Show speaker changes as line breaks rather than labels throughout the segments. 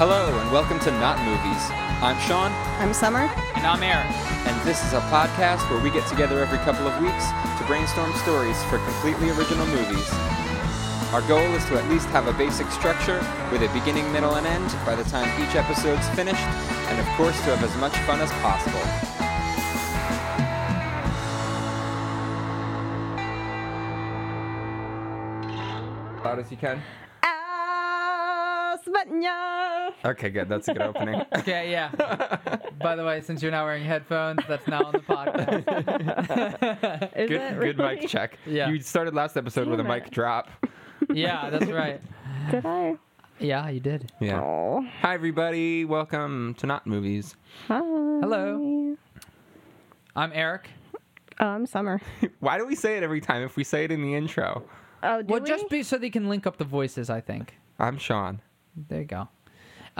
Hello, and welcome to Not Movies. I'm Sean,
I'm Summer.
And I'm Eric.
and this is a podcast where we get together every couple of weeks to brainstorm stories for completely original movies. Our goal is to at least have a basic structure with a beginning, middle, and end by the time each episode's finished, and of course, to have as much fun as possible. Loud as you can.
Asmania.
Okay, good. That's a good opening.
Okay, yeah. By the way, since you're not wearing headphones, that's now on the podcast.
Is
good,
it
good
really?
mic check.
Yeah.
You started last episode with a
Damn
mic
it.
drop.
Yeah, that's right.
Did I?
Yeah, you did.
Yeah.
Oh.
Hi everybody. Welcome to Not Movies.
Hi.
Hello. I'm Eric.
Oh, I'm Summer.
Why do we say it every time if we say it in the intro?
Oh, do
well,
we?
just be so they can link up the voices, I think.
I'm Sean.
There you go.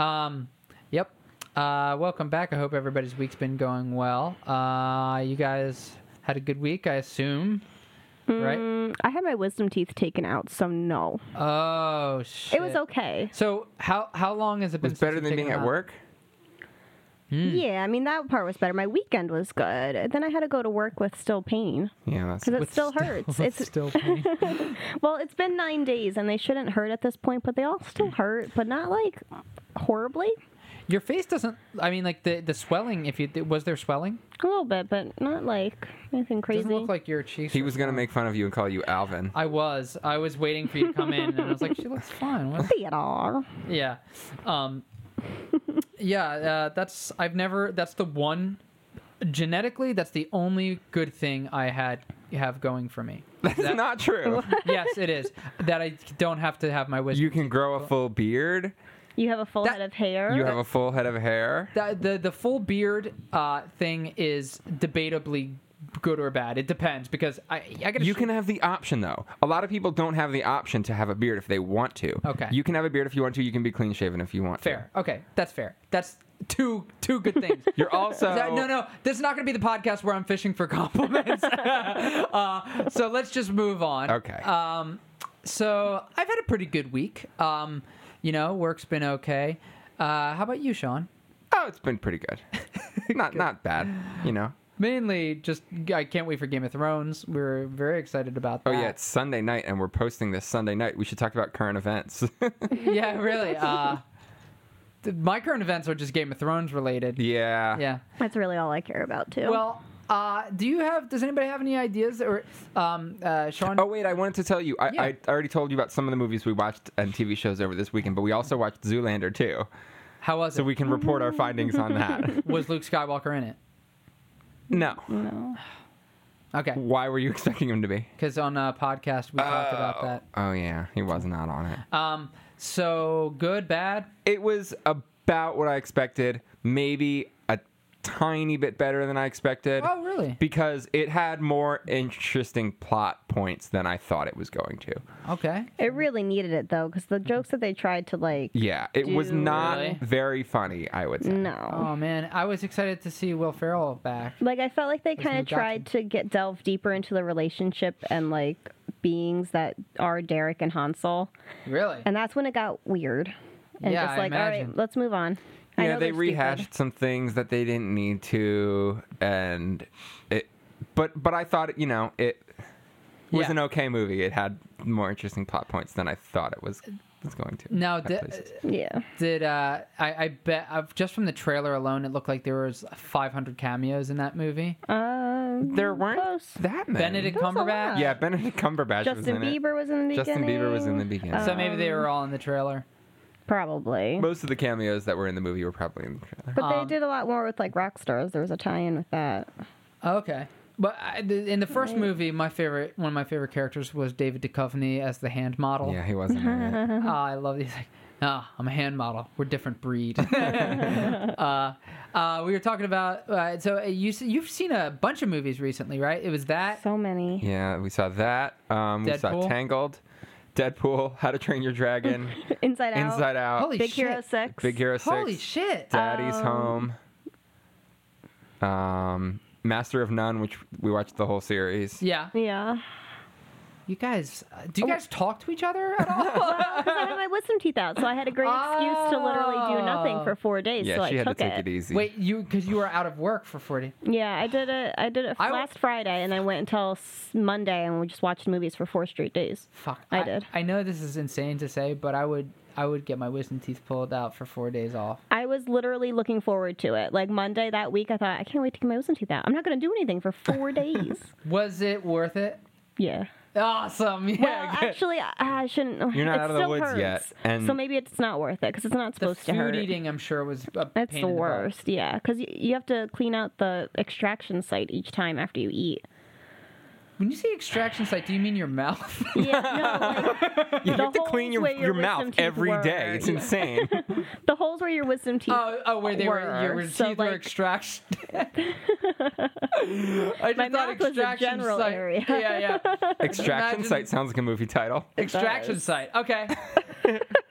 Um, yep. Uh, welcome back. I hope everybody's week's been going well. Uh, you guys had a good week, I assume. Right?
Mm, I had my wisdom teeth taken out, so no.
Oh shit.
It was okay.
So how how long has it been?
It's
since
better
you've
than
taken
being
them
at
out?
work.
Mm.
Yeah, I mean that part was better. My weekend was good. Then I had to go to work with still pain
Yeah, that's
because it
With
still hurts.
with
it's
still pain.
well, it's been nine days, and they shouldn't hurt at this point, but they all still hurt, but not like horribly.
Your face doesn't. I mean, like the the swelling. If you was there swelling,
A little bit, but not like anything crazy.
doesn't look like your cheeks.
He
are
was gonna
swollen.
make fun of you and call you Alvin.
I was. I was waiting for you to come in, and I was like, she looks fine. What?
Theodore.
Yeah. Um. Yeah. Uh, that's. I've never. That's the one. Genetically, that's the only good thing I had have going for me.
That's not true.
yes, it is that I don't have to have my wisdom.
You can grow a full beard.
You have a full
That-
head of hair.
You have a full head of hair.
the the, the full beard uh, thing is debatably good or bad. It depends because I I gotta
You
sh-
can have the option though. A lot of people don't have the option to have a beard if they want to.
Okay.
You can have a beard if you want to. You can be clean shaven if you want to.
Fair. Okay, that's fair. That's two two good things.
You're also
That- no, no, this is not going to be the podcast where I'm fishing for compliments. uh, so let's just move on.
Okay.
Um, so I've had a pretty good week. Um, you know, work's been okay. Uh, how about you, Sean?
Oh, it's been pretty good. Not not bad. You know.
Mainly, just I can't wait for Game of Thrones. We're very excited about that.
Oh yeah, it's Sunday night, and we're posting this Sunday night. We should talk about current events.
yeah, really. Uh, th- my current events are just Game of Thrones related.
yeah.
yeah.
That's really all I care about too.
Well, uh, do you have? Does anybody have any ideas? Or um, uh, Sean?
Oh wait, I wanted to tell you. I,
Yeah.
I already told you about some of the movies we watched and TV shows over this weekend, but we also watched Zoolander too,
how was
so
it?
we can report our findings on that.
was Luke Skywalker in it?
No.
no.
Okay,
Why were you expecting him to be?
because on a podcast we talked about that.
Oh yeah, he was not on it.
Um, so good, bad.
It was about what I expected. Maybe a tiny bit better than I expected.
Oh, really?
Because it had more interesting plot points than I thought it was going to.
Okay.
It really needed it though, because the jokes that they tried to like,
Mm-hmm. Yeah, it was
Dude.
not
Really?
very funny, I would say.
no.
Oh man, I was excited to see Will Ferrell back.
Like I felt like they
There's
kind
no
of tried to get delve deeper into the relationship and like beings that are Derek and Hansel,
Really?
and that's when it got weird. And
Yeah,
just
I
like, all right,
imagine.
let's move on. I
Yeah,
know
they
they're
rehashed
stupid.
some things that they didn't need to and it but but I thought, you know, it was
Yeah.
an okay movie. It had more interesting plot points than I thought it was was going to.
now,
at
di-
places.
Yeah,
did uh, I, I bet i just from the trailer alone, it looked like there was 500 cameos in that movie.
um,
there weren't
close.
that many.
Benedict
That's a
Cumberbatch.
lot.
yeah, Benedict Cumberbatch was
Uh, Justin
in it.
Bieber was in the
Justin
beginning. Oh.
Bieber was in the beginning.
So maybe they were all in the trailer.
Probably, but,
Most of the cameos that were in the movie were probably in the trailer.
Um,
they did a lot more with like rock stars. There was a tie-in with that.
Oh, Okay. But I, th- in the first movie, my favorite one of my favorite characters was David Duchovny as the hand model.
Yeah, he wasn't in
Uh-huh.
it.
Ah, I love these. Like, ah, I'm a hand model. We're different breed. uh, uh, we were talking about. Uh, so uh, you s- you've seen a bunch of movies recently, right? It was that.
So many.
Yeah, we saw that. Um, we saw
Deadpool.
Tangled, Deadpool, How to Train Your Dragon,
Inside Out.
Inside Out,
Holy
Big
shit.
Hero Six.
Big Hero 6.
Holy shit!
Daddy's
Um,
Home. Um, Master of None, which we watched the whole series.
yeah,
Yeah.
You guys, uh,
Oh,
do you guys talk to each other at all?
Because I had my wisdom teeth out, so I had a great excuse to literally do nothing for four days.
Oh. Yeah,
so
she
I
had to
took
take it, easy.
Wait, you because you were out of work for forty.
Yeah, I did it. I did it
I w-
last Friday, and I went until s- Monday, and we just watched movies for four straight days.
Fuck,
I did.
I know this is insane to say, but I would I would get my wisdom teeth pulled out for four days off.
I was literally looking forward to it. Like Monday that week, I thought I can't wait to get my wisdom teeth out. I'm not going to do anything for four days.
Was it worth it?
Yeah.
Awesome. Yeah.
Well,
good.
actually, I, I shouldn't.
You're not
it
out of the
still
woods
hurts.
yet, and-
so maybe it's not worth it because it's not
the
supposed
food
to hurt.
eating, I'm sure, was a
That's
pain
the
in butt.
worst, yeah, because you, you have to clean out the extraction site each time after you eat.
When you say extraction site, do you mean your mouth?
Yeah, no, like,
you
the
have to
holes
clean your,
where
your
your wisdom
mouth
teeth
every day.
were.
It's
Yeah.
insane.
the holes where your wisdom teeth.
oh, oh, where they were, your
Were, so,
teeth were
like-
extraction. I just
My
thought
mouth was a
extraction
general
site.
area.
Yeah, yeah.
Extraction
Imagine-
site sounds like a movie title.
Extraction
does.
site. Okay.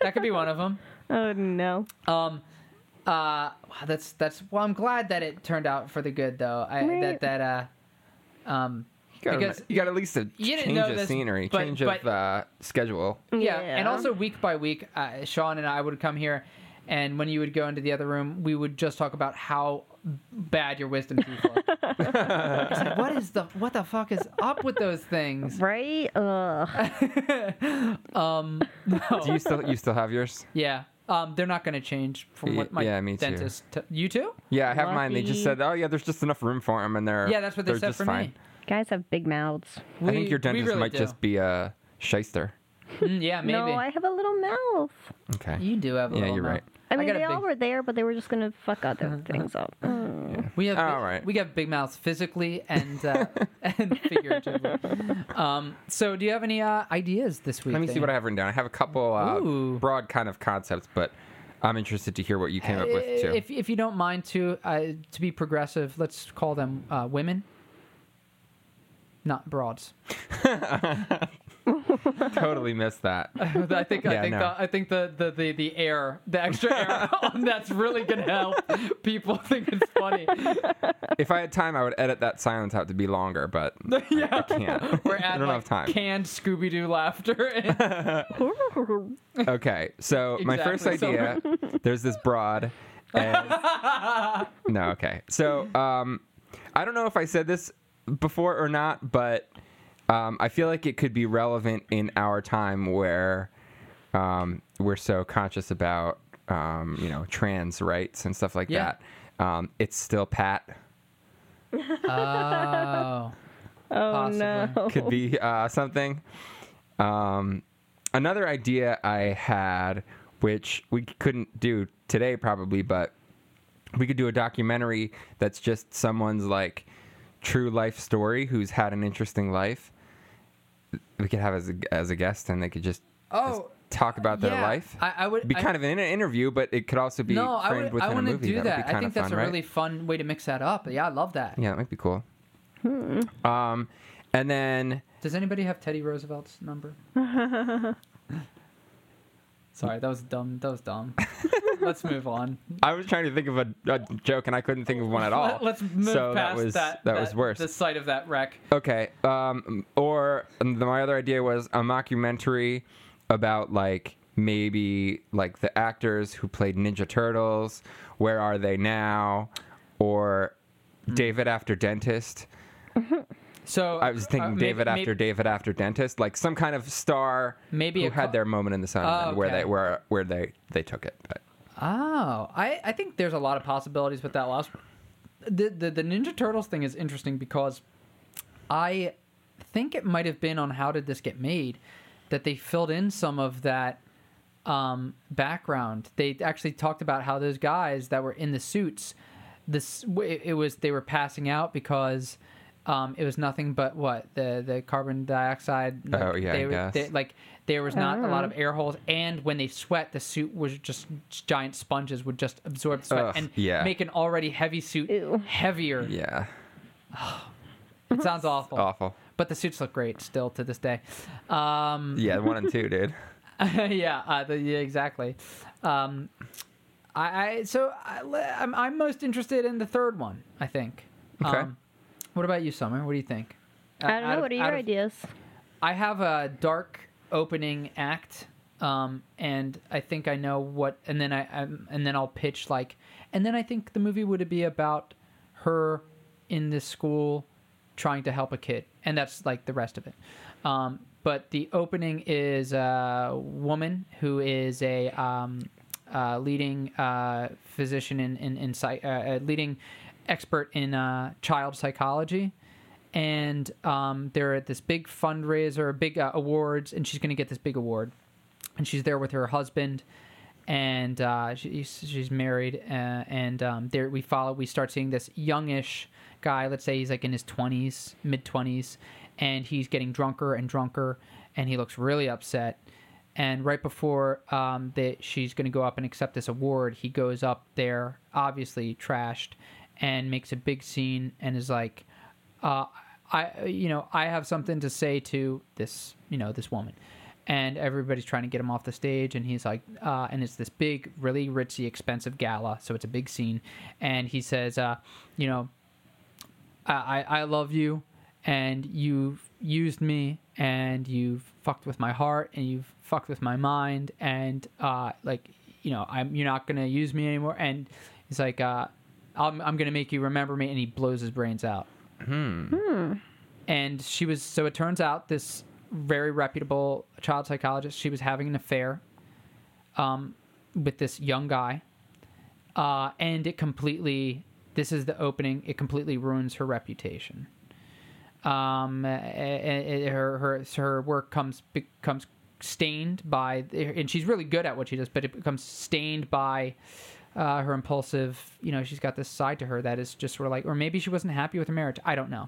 that could be one of them.
oh no.
Um, uh, wow, that's that's. Well, I'm glad that it turned out for the good, though. I
Right.
that that uh, um,
You gotta,
Because-
you gotta at least a
You didn't
change
know
of
this,
scenery,
but-
change
but-
of uh, schedule.
yeah. And
Yeah.
also week by week, uh, Sean and I would come here, and when you would go into the other room, we would just talk about how bad your wisdom teeth look. It's like, what is the what the fuck is up with those things?
Right? Ugh.
Um, no.
Do you still you still have yours?
yeah. Um, they're not going to change from what my
Yeah, me too.
dentist. T- you too?
Yeah, I have mine. They just
Lucky.
said, oh yeah, there's just enough room for them, and they're
Yeah, that's what they
they're
said
just
for
fine.
me.
Guys have big mouths.
I think
We-
your
we
dentist
really
might
do.
just be a shyster.
Mm, yeah, maybe.
No, I have a little mouth.
Okay.
You do have a
Yeah,
little
you're
mouth.
right.
I mean,
got a
they all
big- Uh-huh.
were there, but they were just going to fuck other things up. Mm.
We have
All
big,
right.
we have big mouths physically and uh, and figuratively. Um, so, do you have any uh, ideas this week?
Let me see what I have written down. I have a couple uh,
Ooh.
broad kind of concepts, but I'm interested to hear what you came up with too.
Eh, If if you don't mind to uh, to be progressive, let's call them uh, women, not broads.
totally missed that.
I think I
Yeah,
think
no.
the, I think the, the, the, the air, the extra air on that's really gonna help people think it's funny.
if I had time, I would edit that silence out to be longer, but
yeah,
I can't.
we're
I
at
don't
like
have time.
canned Scooby Doo laughter. And,
Oh,
Okay, so my first
Exactly.
idea, there's this broad. And... no, okay. So um, I don't know if I said this before or not, but um, I feel like it could be relevant in our time where um, we're so conscious about um, you know trans rights and stuff like
Yeah.
that. Um, it's still Pat.
oh,
Oh
Possibly.
no.
could be uh, something. Um, another idea I had, which we couldn't do today probably, but we could do a documentary that's just someone's like true life story who's had an interesting life. We could have as a, as a guest, and they could just, just
Oh,
talk about their
yeah.
life.
I- I would-
be
I-
kind of an inter- interview, but it could also be
no, I
framed
would,
within
I
a
want to
movie.
do
that. would
that.
be kind
I think
of
that's
fun,
a
right?
really fun way to mix that up. Yeah, I love that.
yeah, that might be cool.
Hmm.
Um, and then
Does anybody have Teddy Roosevelt's number? Sorry, that was dumb. That was dumb. Let's move on.
I was trying to think of a, a joke and I couldn't think of one at all.
Let's move
so
past
that was
that,
was worse.
The sight of that wreck.
Okay. Um, or and the, my other idea was a mockumentary about like maybe like the actors who played Ninja Turtles. Where are they now? Or
Hmm.
David after dentist.
So
I was thinking
uh, maybe-
David after
maybe-
David after dentist, like some kind of star
Maybe
who
a
had
co-
their moment in the sun
Oh,
and where
okay.
they where where they they took it. But
Oh, I, I think there's a lot of possibilities with that last one. The, the the Ninja Turtles thing is interesting because I think it might have been on How Did This Get Made that they filled in some of that um, background. They actually talked about how those guys that were in the suits, this it it was they were passing out because um, it was nothing but what the the carbon dioxide.
Oh, yeah,
they,
I
were-
guess.
They, like there was not a lot of air holes, and when they sweat, the suit was just giant sponges would just absorb the sweat
Ugh,
and
yeah.
make an already heavy suit
Ew.
heavier.
yeah,
It sounds awful.
awful.
But the suits look great still to this day. Um,
Yeah, one and two, dude.
yeah, uh, the, yeah, exactly. Um, I, I so I, I'm, I'm most interested in the third one. I think.
Okay.
Um, what about you, Summer? What do you think?
I don't know. what are your ideas?
I have a dark opening act, um, and I think I know what. And then I I'm, and then I'll pitch like, and then I think the movie would be about her in this school trying to help a kid, and that's like the rest of it. Um, but the opening is a woman who is a um, uh, leading uh, physician in in, in psych, uh, uh, leading expert in uh, child psychology and um, they're at this big fundraiser, big uh, awards, and she's going to get this big award. And she's there with her husband, and uh, she's she's married, uh, and um, there we follow. We start seeing this youngish guy. Let's say he's like in his twenties, mid twenties, and he's getting drunker and drunker, and he looks really upset. And right before um, that, she's going to go up and accept this award. He goes up there, obviously trashed, and makes a big scene, and is like, uh, I you know I have something to say to this you know this woman, and everybody's trying to get him off the stage, and he's like, uh, and it's this big, really ritzy, expensive gala, so it's a big scene, and he says, uh, you know, I I I love you, and you've used me, and you've fucked with my heart, and you've fucked with my mind, and uh, like you know I'm you're not gonna use me anymore, and he's like, uh, I'm I'm gonna make you remember me, and he blows his brains out and she was so it turns out this very reputable child psychologist she was having an affair um, with this young guy uh, and it completely this is the opening it completely ruins her reputation um, a- a- her her her work comes becomes stained by and she's really good at what she does but it becomes stained by uh, her impulsive you know she's got this side to her that is just sort of like or maybe she wasn't happy with her marriage i don't know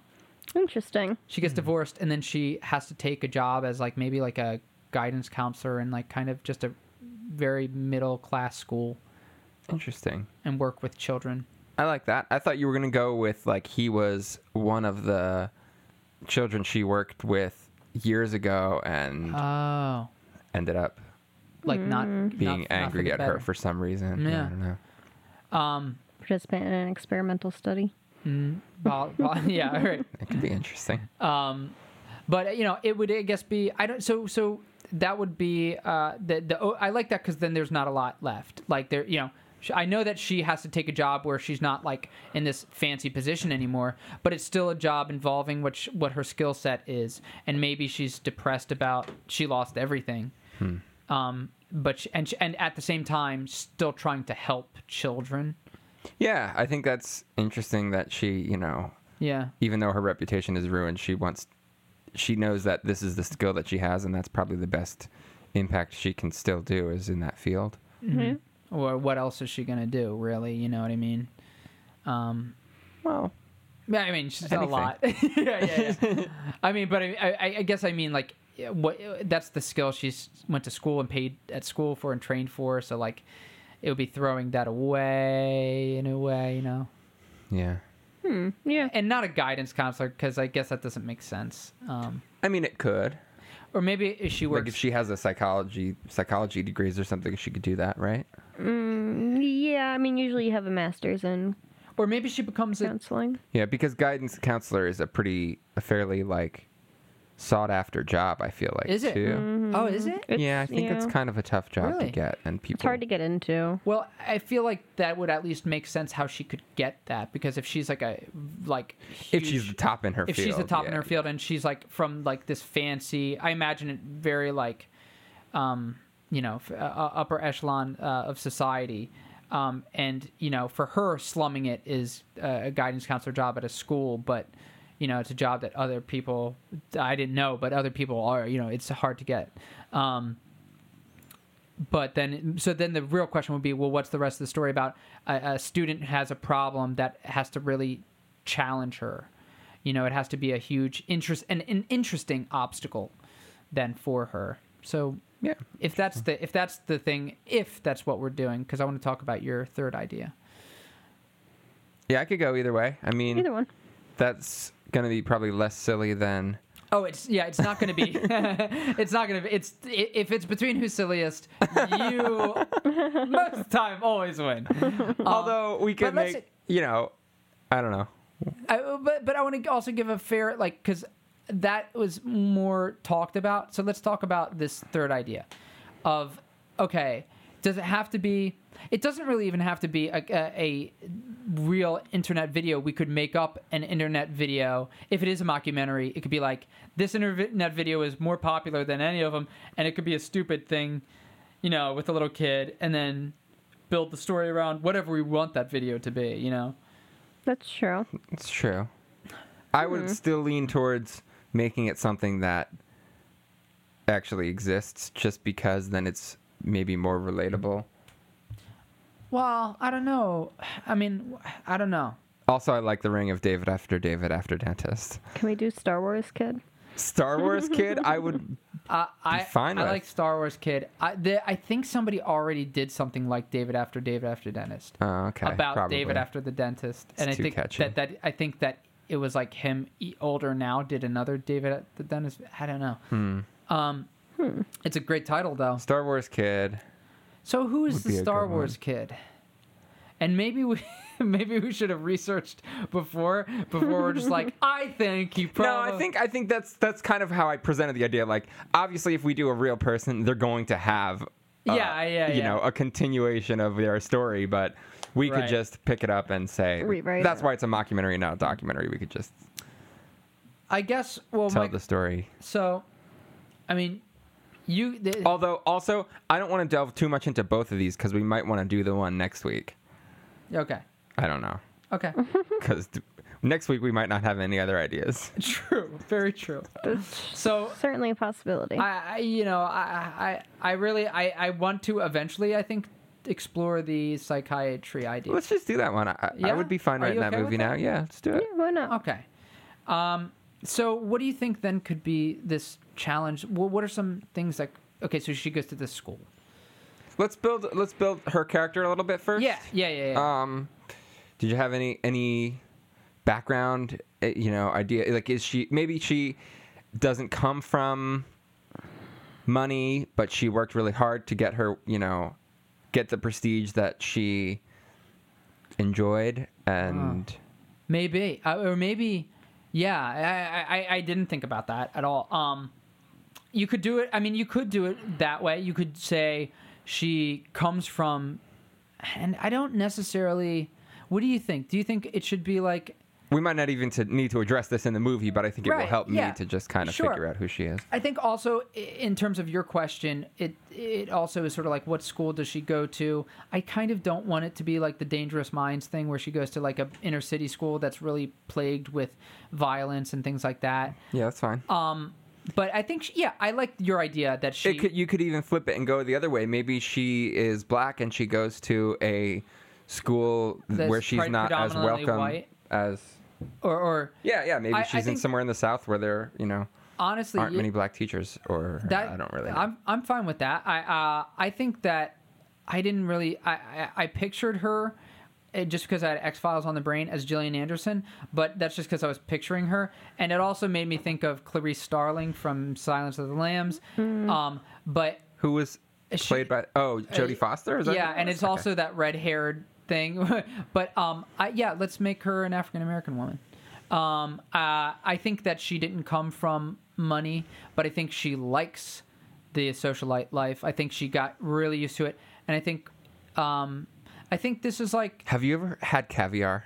Interesting.
she gets divorced and then she has to take a job as like maybe like a guidance counselor in like kind of just a very middle class school
Interesting.
and work with children
I like that. I thought you were gonna go with like he was one of the children she worked with years ago and
oh
ended up
like not
being
not- not
angry
the
at
better.
her for some reason.
Yeah.
I don't know.
um
Participant in an experimental study.
vol- vol- yeah all right
It could be interesting.
um but you know it would i guess be i don't so so that would be uh the the oh, i like that because then there's not a lot left like there you know sh- I know that she has to take a job where she's not like in this fancy position anymore, but it's still a job involving what sh what her skill set is, and maybe she's depressed about she lost everything, um, but sh and sh and at the same time still trying to help children.
Yeah, I think that's interesting that she, you know,
Yeah,
even though her reputation is ruined, she wants she knows that this is the skill that she has and that's probably the best impact she can still do is in that field.
or what else is she gonna do? Really, you know what I mean? Um,
Well,
Yeah, I mean, she's done a
Anything.
lot. yeah, yeah, yeah. I mean, but I, I, I guess I mean like yeah, what that's the skill she's went to school and paid at school for and trained for. So like, it would be throwing that away in a way, you know,
yeah.
Yeah.
and not a guidance counselor because I guess that doesn't make sense. Um,
I mean, it could.
or maybe if she works.
Like if she has a psychology psychology degrees or something, she could do that, right?
Mm, Yeah, I mean, usually you have a master's in
or maybe she becomes a
counseling.
Yeah, because guidance counselor is a pretty a fairly like sought after job, I feel like
Is it?
too.
Oh, is it?
Yeah, I
It's-
think it's
yeah.
kind of a tough job
Really?
to get and people
It's hard to get into.
Well, I feel like that would at least make sense how she could get that because if she's like a like
if she's
huge-
the top in her
if
field.
she's the top in
yeah.
her field and she's like from like this fancy i imagine it very like um you know f- uh, uh, upper echelon uh, of society um and you know for her slumming it is uh, a guidance counselor job at a school but you know it's a job that other people i didn't know but other people are you know it's hard to get um but then so then the real question would be well what's the rest of the story about a, a student has a problem that has to really challenge her you know it has to be a huge interest an, an interesting obstacle then for her so
Yeah.
if that's the if that's the thing if that's what we're doing because i want to talk about your third idea
Yeah, I could go either way. I
Mm-hmm.
mean,
Either one.
that's gonna be probably less silly than
oh it's yeah it's not gonna be it's not gonna be it's i- if it's between who's silliest you most of the time always win
although we could
but let's
make you know i don't know
I, but but I want to also give a fair like because that was more talked about. So let's talk about this third idea of okay, does it have to be? It doesn't really even have to be a, a, a real internet video. We could make up an internet video. If it is a mockumentary, it could be like this internet video is more popular than any of them, and it could be a stupid thing, you know, with a little kid, and then build the story around whatever we want that video to be. You know,
That's true.
It's true. I would still lean towards making it something that actually exists just because then it's maybe more relatable.
Well, I don't know. I mean, I don't know.
Also, I like the ring of David after David after dentist.
Can we do Star Wars Kid?
Star Wars kid, I would.
I I,
fine
I
with.
like Star Wars Kid. I the, I think somebody already did something like David after David after dentist
Oh, okay.
about
probably.
David after the dentist, and I
too
think
catchy.
that that I think that it was like him e- older now did another David at the dentist. I don't know.
Hmm.
Um, it's a great title though.
Star Wars kid.
So who is
Would
the
be a
Star
good one.
Wars kid? And maybe we maybe we should have researched before before we're just like I think he probably
No, I think I think that's that's kind of how I presented the idea. Like, obviously, if we do a real person, they're going to have, uh,
Yeah, yeah,
you
yeah.
know, a continuation of their story. But we
Right.
could just pick it up and say
Rewrite
that's
it.
why it's a mockumentary, not a documentary. We could just
I guess well
tell
Oh my-
the story.
So, I mean, you. The,
Although, also, I don't want to delve too much into both of these because we might want to do the one next week.
okay.
I don't know
Okay. Hmm.
because next week we might not have any other ideas.
true. Very true. So.
Certainly a possibility.
I, I you know I I I really I I want to eventually I think explore the psychiatry idea.
Let's just do that one. I, I- I
Yeah?
would be fine
Are
writing
you
that
okay with
movie
that?
now. Yeah, let's do it.
yeah, why not?
Okay. Um. So, what do you think then could be this challenge? Well, what are some things that? Okay, so she goes to this school.
Let's build. Let's build her character a little bit first.
Yeah. Yeah. Yeah. yeah.
Um, did you have any any background? eh, You know, idea like is she maybe she doesn't come from money, but she worked really hard to get her. You know, get the prestige that she enjoyed, and
Ah. Maybe, uh, or maybe, yeah. I, I- I I didn't think about that at all. Um, you could do it. I mean, you could do it that way. You could say she comes from, and I don't necessarily. What do you think? Do you think it should be like?
we might not even to need to address this in the movie, but I think it will
Right,
help
yeah.
me to just kind of
Sure.
figure out who she is.
I think also i- in terms of your question, it it also is sort of like what school does she go to? I kind of don't want it to be like the Dangerous Minds thing where she goes to like a inner city school that's really plagued with violence and things like that.
Yeah, that's fine.
But I think, she, yeah, I like your idea that she.
It could, you could even flip it and go the other way. Maybe she is black and she goes to a school
That's
where she's
pre-
not as
predominantly
welcome
white.
as.
or, or
Yeah, yeah. Maybe
I- I
she's in
think-
somewhere in the South where there, you know,
honestly,
aren't
you-
many black teachers, or
that
I don't really. Know.
I'm I'm fine with that. I uh, I think that I didn't really. I I, I pictured her. uh just because I had X Files on the brain as Gillian Anderson, but that's just because I was picturing her, and it also made me think of Clarice Starling from Silence of the Lambs. Um, but
Who was
Is
played
she-
by? Oh, Jodie Foster. Is that
yeah,
who it
and
was?
it's
Okay.
also that red-haired thing. but um, I, yeah, let's make her an African American woman. Um, uh, I think that she didn't come from money, but I think she likes the socialite life. I think she got really used to it, and I think, um, I think this is like
Have you ever had caviar?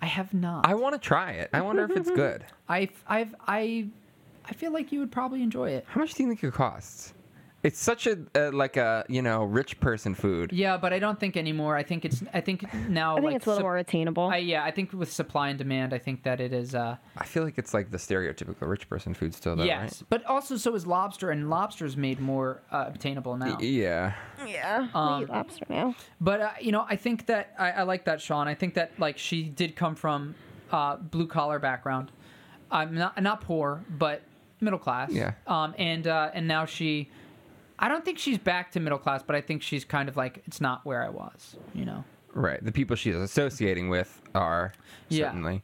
I have not.
I want to try it. I wonder if it's good.
I I've I, I feel like you would probably enjoy it.
How much do you think it costs? It's such a uh, like a you know rich person food.
Yeah, but I don't think anymore. I think it's I think now
I think
like
it's a little
sup-
more attainable.
I, yeah, I think with supply and demand, I think that it is. Uh,
I feel like it's like the stereotypical rich person food still though,
yes, but also so is lobster, and lobster's made more uh, obtainable now.
right? Yeah.
yeah. we
um,
eat lobster now.
But uh, you know, I think that I, I like that Sean. I think that like she did come from uh, blue collar background. I'm not not poor, but middle class.
Yeah.
Um, and uh, and now she, I don't think she's back to middle class, but I think she's kind of like it's not where I was. You know.
Right. The people she's associating with are
Yeah.
certainly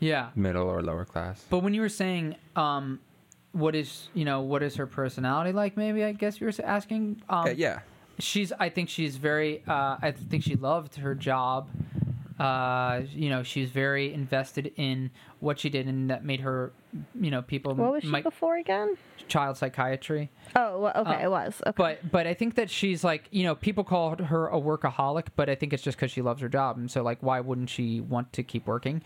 Yeah.
middle or lower class.
But when you were saying, um, what is you know what is her personality like? Maybe I guess you were asking. Um,
Uh, yeah.
she's i think she's very uh, i think she loved her job Uh, you know, she was very invested in what she did, and that made her, you know, people
What was she
might-
before again?
child psychiatry.
Oh, well, okay, it was. Okay.
But but I think that she's like you know people call her a workaholic, but I think it's just because she loves her job, and so like why wouldn't she want to keep working?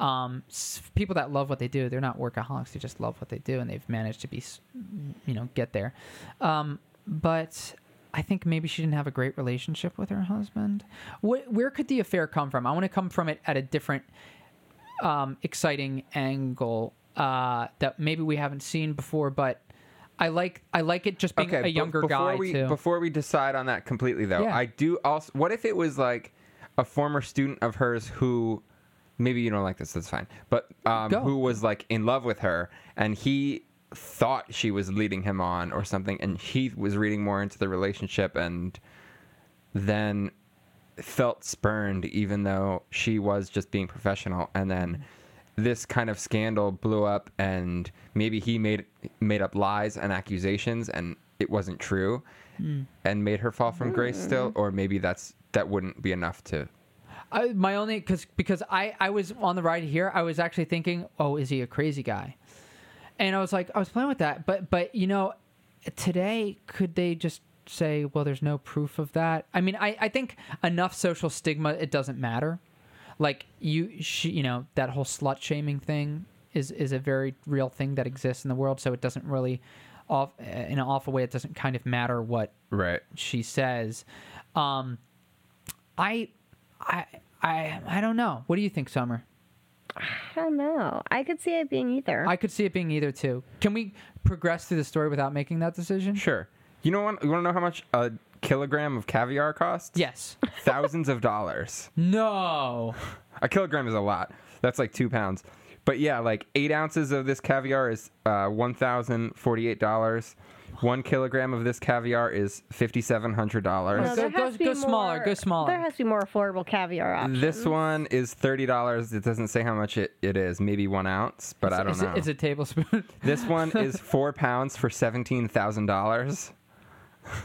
Um, s- people that love what they do, they're not workaholics; they just love what they do, and they've managed to be s- you know get there. Um, but I think maybe she didn't have a great relationship with her husband. Wh- where could the affair come from? I want to come from it at a different um, exciting angle uh, that maybe we haven't seen before, but I like I like it just being
okay,
a
be-
younger
before
guy
we,
too.
Before we decide on that completely, though,
Yeah.
I do also. What if it was like a former student of hers who, maybe you don't like this, that's fine, but um,
Go.
who was like in love with her, and he thought she was leading him on or something, and he was reading more into the relationship, and then felt spurned, even though she was just being professional, and then. This kind of scandal blew up, and maybe he made made up lies and accusations, and it wasn't true and made her fall from grace still or maybe that's that wouldn't be enough to
I, my only because because I I was on the ride here, I was actually thinking, oh, is he a crazy guy? And I was like, I was playing with that, but but you know, today could they just say, well, there's no proof of that? I mean, I I think enough social stigma, it doesn't matter. Like you, she, you know, that whole slut shaming thing is is a very real thing that exists in the world. So it doesn't really, off in an awful way, it doesn't kind of matter what
right
she says. Um, I, I, I, I don't know. What do you think, Summer?
I don't know. I could see it being either.
I could see it being either two. Can we progress through the story without making that decision?
sure you know what you want to know how much a kilogram of caviar costs
Yes.
thousands of dollars
No.
a kilogram is a lot that's like two pounds but yeah like eight ounces of this caviar is uh, $1048 one kilogram of this caviar is $5700
No, go-
there has
go-
to be
go smaller,
more-
go smaller.
There has to be more affordable caviar options.
this one is $30 it doesn't say how much it, it is maybe one ounce but i don't
is,
know
It, is it tablespoon?
This one is four pounds for seventeen thousand dollars.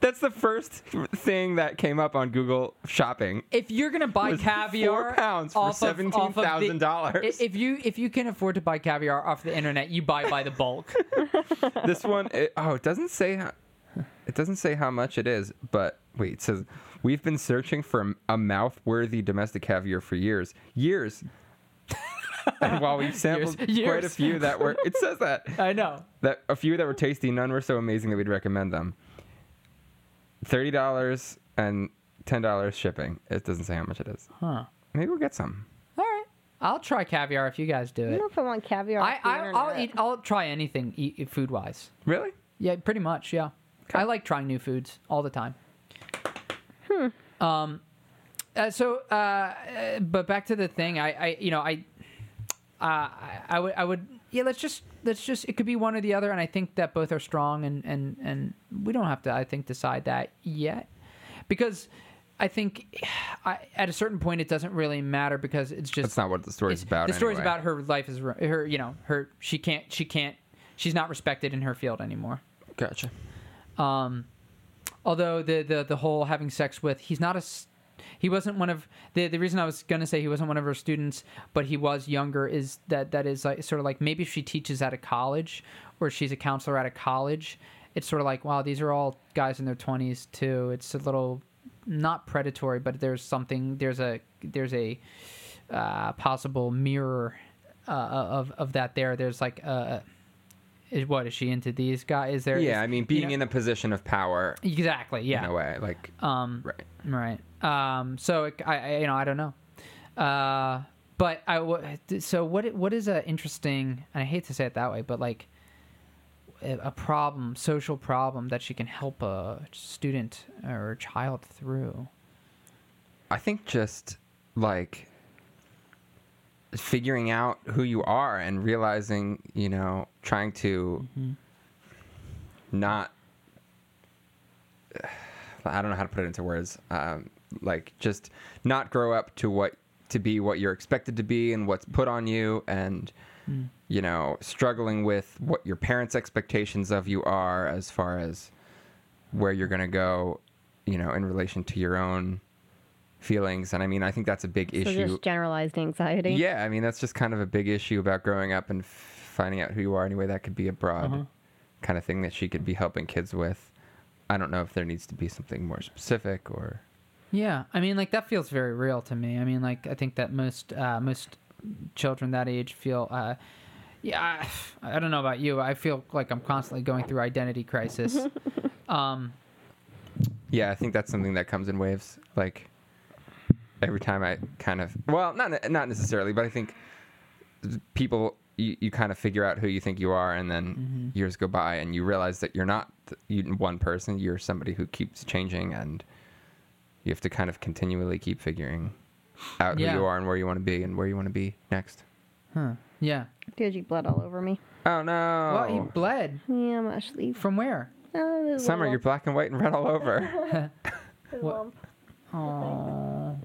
That's the first thing that came up on Google shopping.
if you're gonna buy
Was
caviar,
four pounds for
off of- off of the-
$17,000.
If you if you can afford to buy caviar off the internet, you buy by the bulk.
This one, it, oh, it doesn't say how, it doesn't say how much it is, but wait, it says we've been searching for a mouth-worthy domestic caviar for years, years. and while we've sampled
Years.
quite a
Years.
few that were, it says that
I know.
that a few that were tasty, none were so amazing that we'd recommend them. Thirty dollars and ten dollars shipping. It doesn't say how much it is.
Huh.
Maybe we'll get some.
All right. I'll try caviar if you guys do
I
it.
don't know if I want caviar.
I,
off the
I I'll
internet.
eat. I'll try anything e, eat, food wise.
Really?
Yeah, pretty much. Yeah, I like trying new foods all the time. Hmm. Um. uh, so, uh, uh, but back to the thing. I, I, you know, I, uh, I, I would, I would. Yeah, let's just, let's just. It could be one or the other, and I think that both are strong, and and and we don't have to. I think decide that yet, because. I think I, at a certain point it doesn't really matter because it's just
That's not what the story's
it's-
about.
The story's
anyway.
about her life is ru- her. You know, her. She can't. She can't. She's not respected in her field anymore.
Gotcha.
Um, although the, the the whole having sex with he's not a s- he wasn't one of the the reason I was gonna say he wasn't one of her students, but he was younger is that that is like, sort of like maybe if she teaches at a college or she's a counselor at a college, it's sort of like wow these are all guys in their twenties too. It's a little not predatory, but there's something there's a there's a uh, possible mirror uh, of of that there. There's like uh, is what is she into these guys? Is there
Yeah, I mean, being
in
in
a
a position of power
Exactly. Yeah.
in a way, like
Um.
right.
Right. Um. So it, I, I, you know, I don't know. Uh. But I. w- So what? What is a interesting? And I hate to say it that way, but like a a problem, social problem that she can help a student or child through.
I think just like figuring out who you are and realizing, you know, trying to not. I don't know how to put it into words. Um, like just not grow up to what to be what you're expected to be and what's put on you and you know struggling with what your parents expectations of you are as far as where you're going to go you know in relation to your own feelings. And I mean, I think that's a big
So
issue.
just generalized anxiety.
Yeah, I mean that's just kind of a big issue about growing up and f- finding out who you are. Anyway, that could be a broad kind of thing that she could be helping kids with. I don't know if there needs to be something more specific or
Yeah, I mean, like that feels very real to me. I mean, like I think that most uh, most children that age feel. Uh, yeah, I, I don't know about you. I feel like I'm constantly going through identity crisis. um,
yeah, I think that's something that comes in waves. Like every time I kind of well, not not necessarily, but I think people you, you kind of figure out who you think you are, and then
Mm-hmm.
years go by, and you realize that you're not th- you, one person. You're somebody who keeps changing, and you have to kind of continually keep figuring out
Yeah.
who you are and where you want to be and where you want to be next.
huh, yeah.
Did blood all over me?
Oh no!
Well, he bled
Yeah, I'm actually.
from where?
Oh, there's a
Summer,
lump.
you're black and white and red all over.
There's a
what-
lump.
Um,
Oh.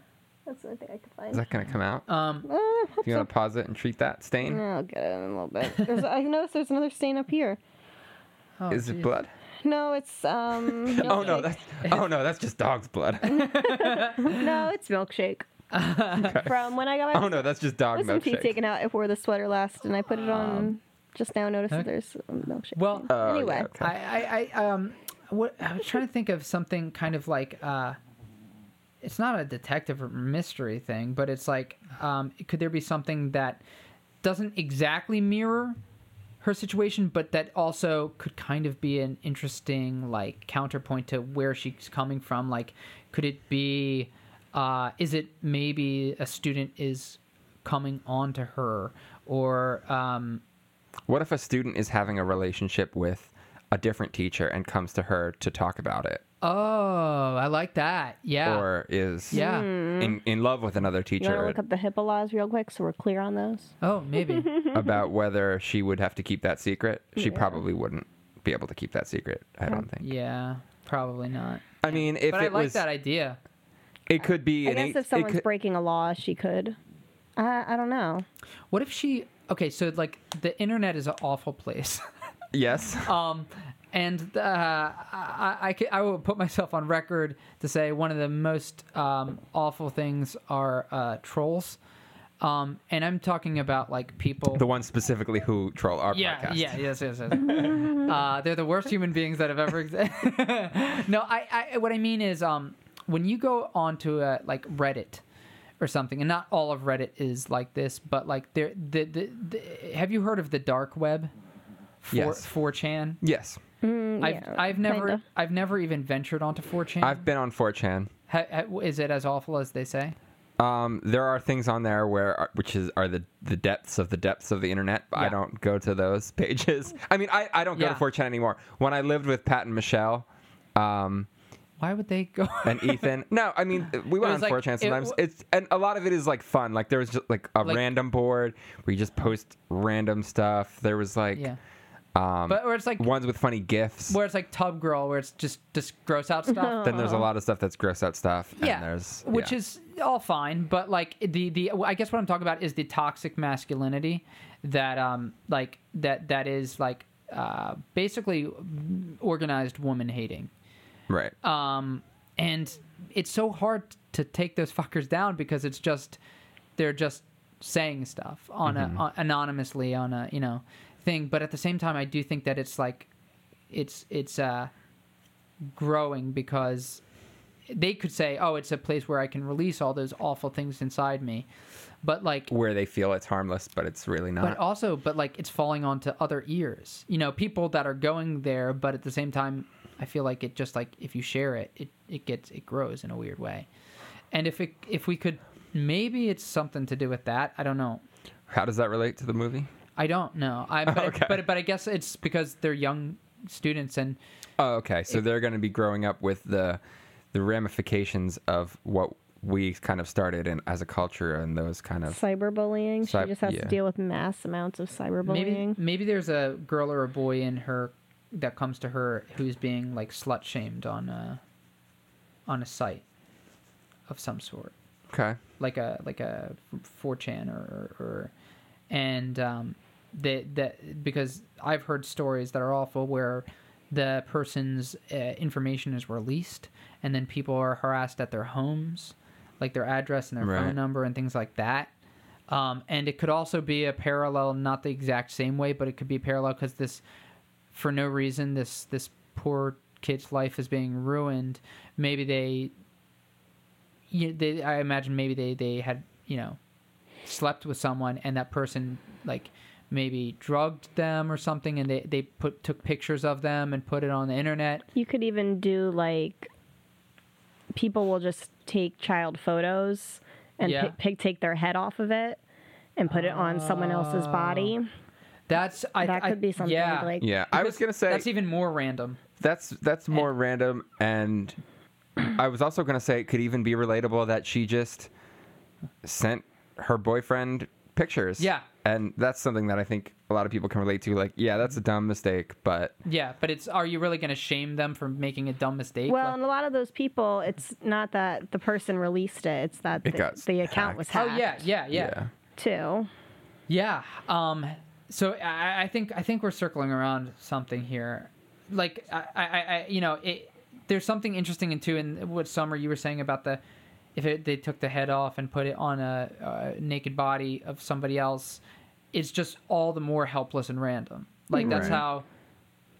That's the only thing I could find.
Is that gonna come out?
Um.
Uh, I hope
Do you
so.
want to pause it and treat that stain?
Yeah, I'll get it in a little bit. There's, I noticed there's another stain up here.
oh,
Is
geez.
it blood?
No, it's um.
Oh no,
milkshake.
that's oh no, that's just dog's blood.
no, it's milkshake. From when I got my
Oh no, that's just dog
wisdom teeth
milkshake. Um,
taken out, I wore the sweater last, and I put it on. just now, noticed that
okay.
there's a milkshake.
Well,
stain.
Oh, yeah,
anyway,
okay.
I, I, I um, what I was trying to think of something kind of like uh, it's not a detective or mystery thing, but it's like um, could there be something that doesn't exactly mirror her situation, but that also could kind of be an interesting like counterpoint to where she's coming from? Like, could it be? Uh, is it maybe a student is coming on to her, or um,
What if a student is having a relationship with a different teacher and comes to her to talk about it,
oh, I like that. Yeah.
or is
Yeah.
Hmm.
in, in love with another
you want to
teacher
look up the HIPAA laws real quick so we're clear on those?
Oh, maybe.
about whether she would have to keep that secret? She
Yeah.
probably wouldn't be able to keep that secret. I don't think.
yeah, probably not.
I mean, if
but I
it
like
was,
that idea.
it could be
I
an
guess
eight.
if
It
someone's
could,
breaking a law, she could. I, I don't know.
What if she? Okay, so like the internet is an awful place.
yes,
um, and uh, I, I, ca- I will put myself on record to say one of the most um, awful things are uh, trolls. Um, and I'm talking about like people.
the one specifically who troll our
yeah,
podcast.
yeah, yes, yes, yes. uh, they're the worst human beings that have ever existed. no, I, I, what I mean is, um, when you go onto a, like Reddit or something, and not all of Reddit is like this, but like there, the, the, the have you heard of the dark web? For,
Yes.
4chan.
Yes,
I've
Mm, yeah,
I've never
kinda.
I've never even ventured onto 4chan.
Hmm.
I've been on 4chan.
ha, ha- is it as awful as they say?
Um, there are things on there where uh, which is are the the depths of the depths of the internet. I
Yeah.
don't go to those pages. I mean, I, I don't go
Yeah.
to 4chan anymore. When I lived with Pat and Michelle, um,
Why would they go?
and Ethan, no, I mean we went
was
on
like-
4chan
it
sometimes.
w-
it's and a lot of it is like fun. Like there was just like a
Like-
random board where you just post random stuff. There was like
yeah,
um,
but where it's like
ones with funny gifs.
where it's like tub girl, where it's just just gross out stuff.
Then there's a lot of stuff that's gross out stuff.
yeah,
and there's
which
yeah.
is all fine, but like the the I guess what I'm talking about is the toxic masculinity that um like that that is like uh basically organized woman hating.
right.
Um, and it's so hard to take those fuckers down because it's just they're just saying stuff on a on, anonymously on a you know thing. But at the same time, I do think that it's like it's it's uh growing because they could say, oh, it's a place where I can release all those awful things inside me, but like
where they feel it's harmless, but it's really not.
but also but like it's falling onto other ears you know people that are going there but at the same time i feel like it just like if you share it it, it gets it grows in a weird way and if it if we could maybe it's something to do with that i don't know
How does that relate to the movie?
i don't know i but,
Okay.
but but i guess it's because they're young students and
Oh, okay. So they're going to be growing up with the the ramifications of what we kind of started in as a culture and those kind of.
Cyberbullying.
Cyb-
she just has
yeah.
to deal with mass amounts of
maybe
cyberbullying.
maybe there's a girl or a boy in her that comes to her who's being like slut shamed on a on a site of some sort
Okay.
like a like a 4chan or, or, or and um that that because I've heard stories that are awful where the person's uh, information is released and then people are harassed at their homes like their address and their
Right.
phone number and things like that. Um, and it could also be a parallel, not the exact same way, but it could be parallel because this, for no reason, this this poor kid's life is being ruined. Maybe they, you they, I imagine maybe they they had you know, slept with someone and that person like maybe drugged them or something and they they put took pictures of them and put it on the internet.
You could even do like people will just take child photos and
Yeah.
pi pic- take their head off of it and put it on someone else's body.
That's Oh. I
That
I-
could be something
yeah.
like
Yeah, I was
Because
gonna say
that's even more random.
That's that's more random, and I was also gonna say it could even be relatable that she just sent her boyfriend pictures.
Yeah.
and that's something that I think a lot of people can relate to. Like, yeah, that's a dumb mistake, but
Yeah, but it's are you really going to shame them for making a dumb mistake?
Well,
Like-
and a lot of those people, it's not that the person released it; it's that
It
the,
got
the account was hacked.
oh yeah, yeah, yeah,
yeah,
too.
yeah. Um, so I, I think I think we're circling around something here. Like I, I, I you know, it, there's something interesting in too in what Summer you were saying about the if it, they took the head off and put it on a, a naked body of somebody else, it's just all the more helpless and random. Like that's
Right.
how.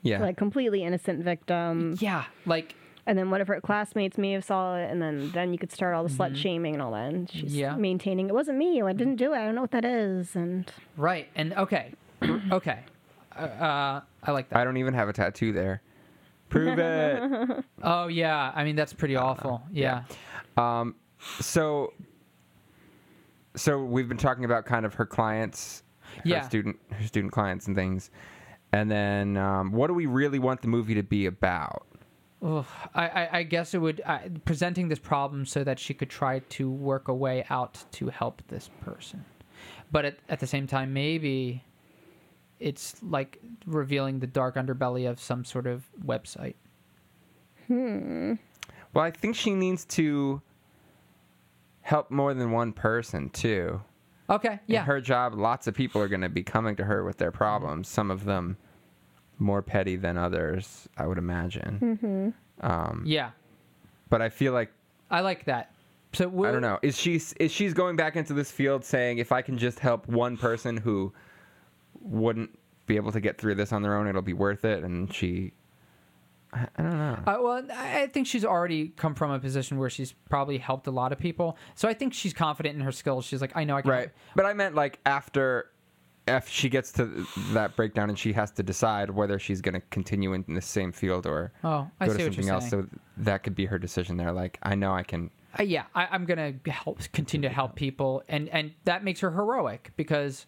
yeah.
Like completely innocent victim.
Yeah, like
And then what if her classmates may have saw it, and then then you could start all the slut shaming and all that. And she's
Mm-hmm. Yeah.
maintaining it wasn't me. I didn't do it. I don't know what that is. And
right and okay, okay. Uh, uh, I like that.
I don't even have a tattoo there. Prove it.
Oh yeah, I mean that's pretty awful. Yeah.
so, so we've been talking about kind of her clients, her
Yeah.
student, her student clients and things, and then um, what do we really want the movie to be about?
Ugh. I, I I guess it would I, presenting this problem so that she could try to work a way out to help this person, but at at the same time maybe it's like revealing the dark underbelly of some sort of website.
Well, I think she needs to help more than one person too.
Okay.
In
Yeah.
her job, lots of people are going to be coming to her with their problems. Some of them more petty than others, I would imagine.
Hmm. yeah.
But I feel like
I like that. So we're,
I don't know. Is she is she's going back into this field saying if I can just help one person who wouldn't be able to get through this on their own, it'll be worth it. And she, I, I don't know.
Uh, well, I I think she's already come from a position where she's probably helped a lot of people, so I think she's confident in her skills. She's like, I know I can.
Right. But I meant like after if she gets to that breakdown and she has to decide whether she's going to continue in the same field or
Oh, I
go
see
to
what
something
you're
else.
saying.
So that could be her decision there. Like, I know I can.
Uh, yeah, I, I'm gonna help, continue to help people, and and that makes her heroic because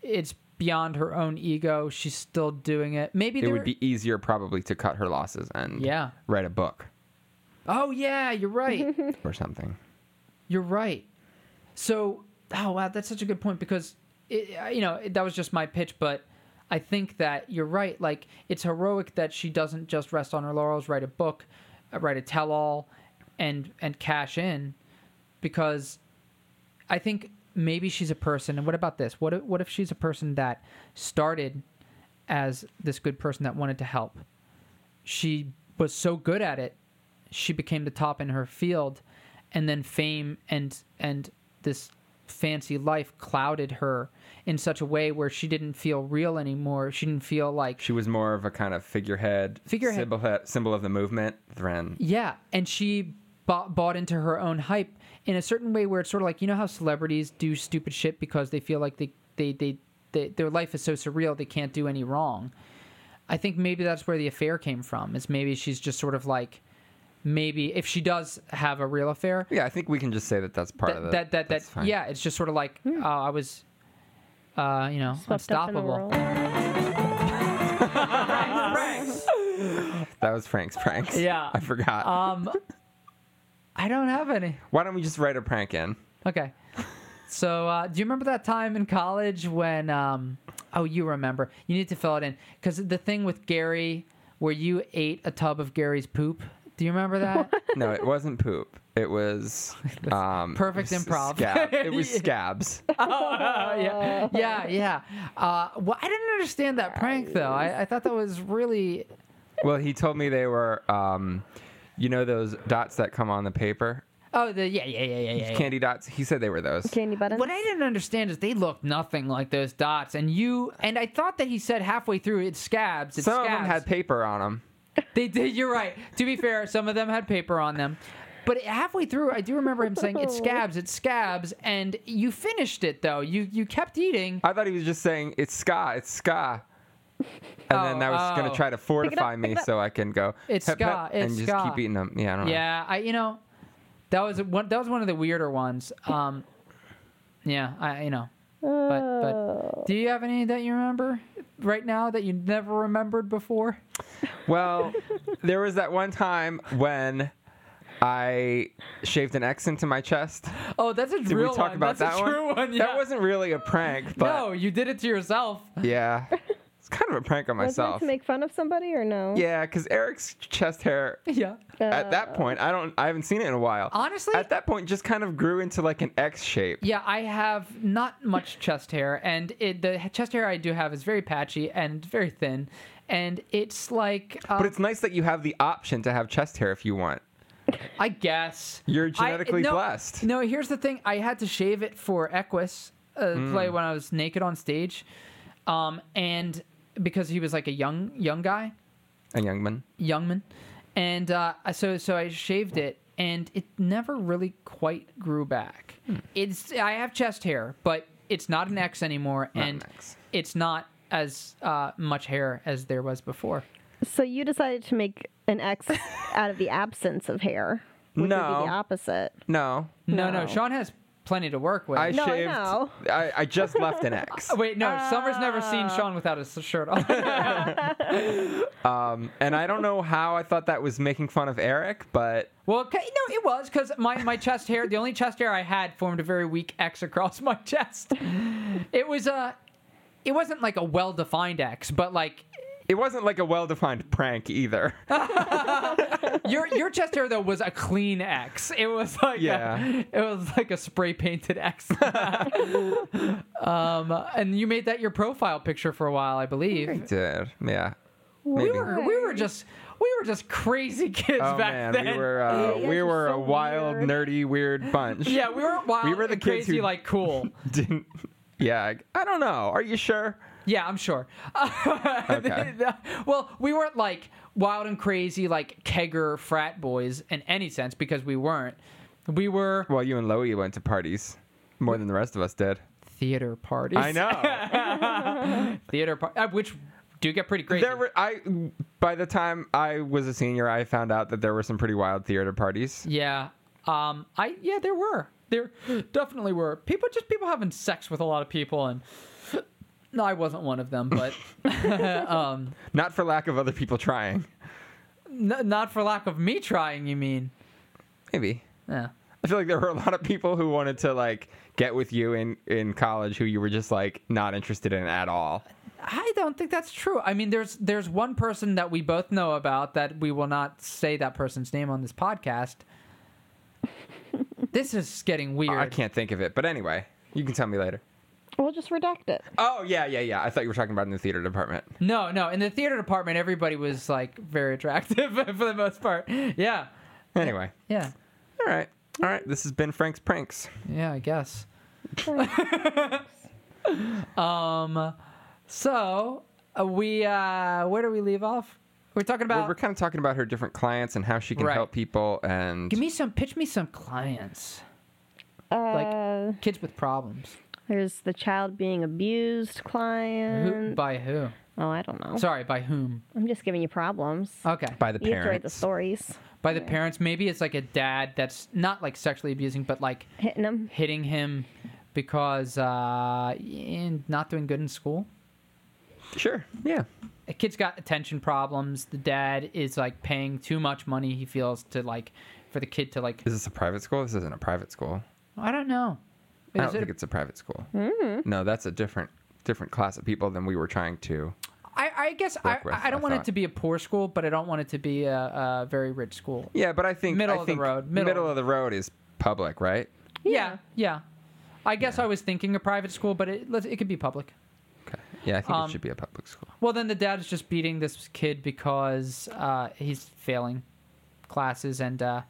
it's beyond her own ego. She's still doing it. Maybe
It
there,
would be easier probably to cut her losses and
Yeah.
write a book
Oh yeah, you're right.
or something.
You're right. So, oh wow, that's such a good point because it, I- you know it- that was just my pitch, but I think that you're right. Like it's heroic that she doesn't just rest on her laurels, write a book, uh, write a tell-all, and and cash in, because I think maybe she's a person. And what about this? What if, what if she's a person that started as this good person that wanted to help? She was so good at it, she became the top in her field, and then fame and and this fancy life clouded her in such a way where she didn't feel real anymore. She didn't feel like
She was more of a kind of figurehead,
Figurehead.
symbol, uh, symbol of the movement than
Yeah, and she bought, bought into her own hype in a certain way where it's sort of like you know how celebrities do stupid shit because they feel like they they they, they their life is so surreal they can't do any wrong. I think maybe that's where the affair came from. Is maybe she's just sort of like maybe if she does have a real affair
Yeah, I think we can just say that that's part of the,
that that that,
that's
that
fine.
yeah, it's just sort of like uh, I was uh, you know,
Hmm. swept up in the
unstoppable.
world.
that was Frank's pranks.
Yeah.
I forgot.
Um I don't have any.
Why don't we just write a prank in?
Okay. So, uh, do you remember that time in college when? Um, oh, you remember. You need to fill it in because the thing with Gary, where you ate a tub of Gary's poop. Do you remember that?
No, it wasn't poop. It was um,
perfect
it was
improv.
Scab. It was scabs.
yeah, yeah, yeah. Uh, well, I didn't understand that prank though. I, I thought that was really.
well, he told me they were, um, you know, those dots that come on the paper.
Oh, the, yeah, yeah, yeah, yeah, yeah. yeah.
Candy dots. He said they were those.
Candy buttons.
What I didn't understand is they looked nothing like those dots, and you and I thought that he said halfway through it's scabs. It's
Some of
scabs.
them had paper on them.
They did. You're right. To be fair, some of them had paper on them. But halfway through, I do remember him saying, "It's scabs, it's scabs," and you finished it though. You you kept eating.
I thought he was just saying it's ska, it's ska, and then that was
Oh,
gonna
oh.
try to fortify me so I can go.
It's
"Hep,
ska,
hep,"
it's
and just
ska.
keep eating them. Yeah, I don't know.
Yeah, I you know, that was one that was one of the weirder ones. Um, yeah, I you know, but but do you have any that you remember right now that you never remembered before?
Well, there was that one time when I shaved an X into my chest.
Oh, that's a
Did
real
we talk
one.
about
that's
that
a true one. yeah.
That wasn't really a prank, but
no, you did it to yourself.
yeah, it's kind of a prank on
Was it meant
myself.
to make fun of somebody or no? Uh,
yeah, because Eric's chest hair
Yeah.
at that point, I don't, I haven't seen it in a while.
Honestly-
at that point, just kind of grew into like an X shape.
Yeah, I have not much chest hair, and it, the chest hair I do have is very patchy and very thin, and it's like, uh,
But it's nice that you have the option to have chest hair if you want.
I guess
You're
I-
genetically
no,
blessed.
No, here's the thing: I had to shave it for Equus uh,
Hmm.
play when I was naked on stage, um, and because he was like a young young guy,
A young man.
Youngman, and uh, so so I shaved it, and it never really quite grew back.
Hmm.
It's I have chest hair, but it's not an X anymore,
Not
and
an X.
it's not as uh, much hair as there was before.
So you decided to make an X out of the absence of hair. Which would
No.
be the opposite.
No,
No, no,
No.
Sean has plenty to work with.
I
No, I
shaved.
know.
I, I just left an X,
Oh, Wait, no, Summer's never seen
Ah.
Sean without his shirt on.
and I don't know how I thought that was making fun of Eric, but
well, 'kay, no, it was because my, my chest hair, the only chest hair I had, formed a very weak X across my chest. It was Uh, it wasn't like a well-defined X, but like
it wasn't like a well-defined prank either.
Your your chest hair though was a clean X. It was like
Yeah.
a, it was like a spray painted X. um, and you made that your profile picture for a while, I believe.
I did, yeah.
We
Maybe.
were we were just we were just crazy kids
Oh
back
man,
then.
we were
Yeah,
uh,
you guys
we
were
were
so
a wild,
weird.
nerdy, weird bunch.
yeah, we were wild.
We were the
and
kids
crazy
who-
like cool.
Didn't. Yeah, I, I don't know. Are you sure?
Yeah, I'm sure.
Okay.
well, we weren't like wild and crazy like kegger frat boys in any sense because we weren't. We were
Well, you and Loey went to parties more than the rest of us did.
theater parties.
I know.
theater par- uh, which do get pretty crazy.
There were I by the time I was a senior, I found out that there were some pretty wild theater parties.
yeah, um, I yeah, there were. There definitely were people. Just people having sex with a lot of people, and no, I wasn't one of them, but um,
Not for lack of other people trying.
n- not for lack of me trying. You mean?
Maybe.
Yeah.
I feel like there were a lot of people who wanted to like get with you in in college who you were just like not interested in at all.
I don't think that's true. I mean, there's there's one person that we both know about that we will not say that person's name on this podcast. this is getting weird.
I can't think of it, but anyway, you can tell me later.
We'll just redact it.
Oh yeah, yeah, yeah. I thought you were talking about in the theater department.
No, no. In the theater department, everybody was like very attractive for the most part. Yeah,
Anyway,
yeah,
all right, all right. This has been Frank's pranks.
yeah. I guess. um, so uh, we uh, where do we leave off? We're talking
Well,
about.
we're kind of talking about her different clients and how she can
Right.
help people. And
give me some. Pitch me some clients. Like-
Uh,
Kids with problems.
There's the child being abused
Who,
client.
by who?
oh, I don't know.
Sorry, Uh, by whom?
I'm just giving you problems.
Okay.
by the
you enjoyed the
parents.
stories.
by the parents. Maybe it's like a dad that's not like sexually abusing, but like
Hitting them.
hitting him because uh, in- not doing good in school.
Sure. Yeah.
a kid's got attention problems. The dad is like paying too much money. He feels to like for the kid to like.
Is this a private school? This isn't a private school.
I don't know.
I don't
Is
think
it, Mm-hmm.
it's a private school. No, that's a different different class of people than we were trying to.
I, I guess I,
work with,
I don't
I
want it
thought.
to be a poor school, but I don't want it to be a, a very rich school.
Yeah, but I think
Middle
I
of the
think
road, middle.
of the road is public, right?
Yeah, yeah.
Yeah.
I guess I was thinking a private school, but it let's- it could be public.
Okay. Yeah, I think
Um,
it should be a public school.
Well, then the dad is just beating this kid because uh, he's failing classes and uh,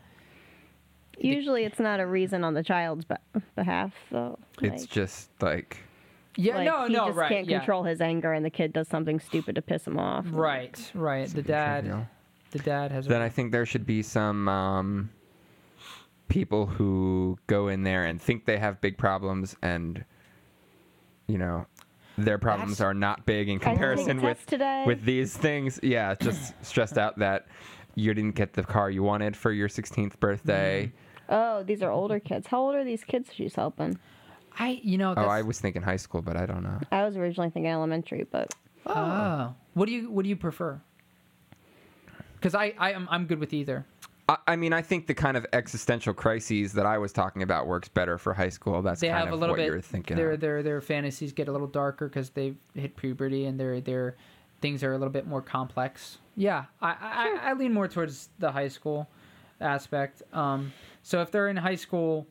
Usually, it's not a reason on the child's be- behalf, though.
It's
Like-
just like
Yeah,
like,
no,
he
no,
just
right.
can't
yeah.
control his anger, and the kid does something stupid to piss him off.
Right, right. The
trivial.
dad, the dad has.
then I think there should be some um, people who go in there and think they have big problems, and you know, their problems
That's-
are not big in
didn't take
comparison
a
with
test today.
with these things. Yeah, just stressed out that you didn't get the car you wanted for your 16th birthday.
Mm-hmm.
Oh, these are older kids. How old are these kids she's helping?
I, you know,
Oh,
that's,
I was thinking high school, but I don't know.
I was originally thinking elementary, but
Oh. What do you what do you prefer? Because I, I am I'm good with either.
I, I mean, I think the kind of existential crises that I was talking about works better for high school. That's
They
kind
have
of
a little
what you're
bit.
thinking.
their
of.
their their fantasies get a little darker because they hit puberty and their their things are a little bit more complex. Yeah, I I, I I lean more towards the high school aspect. Um, so if they're in high school,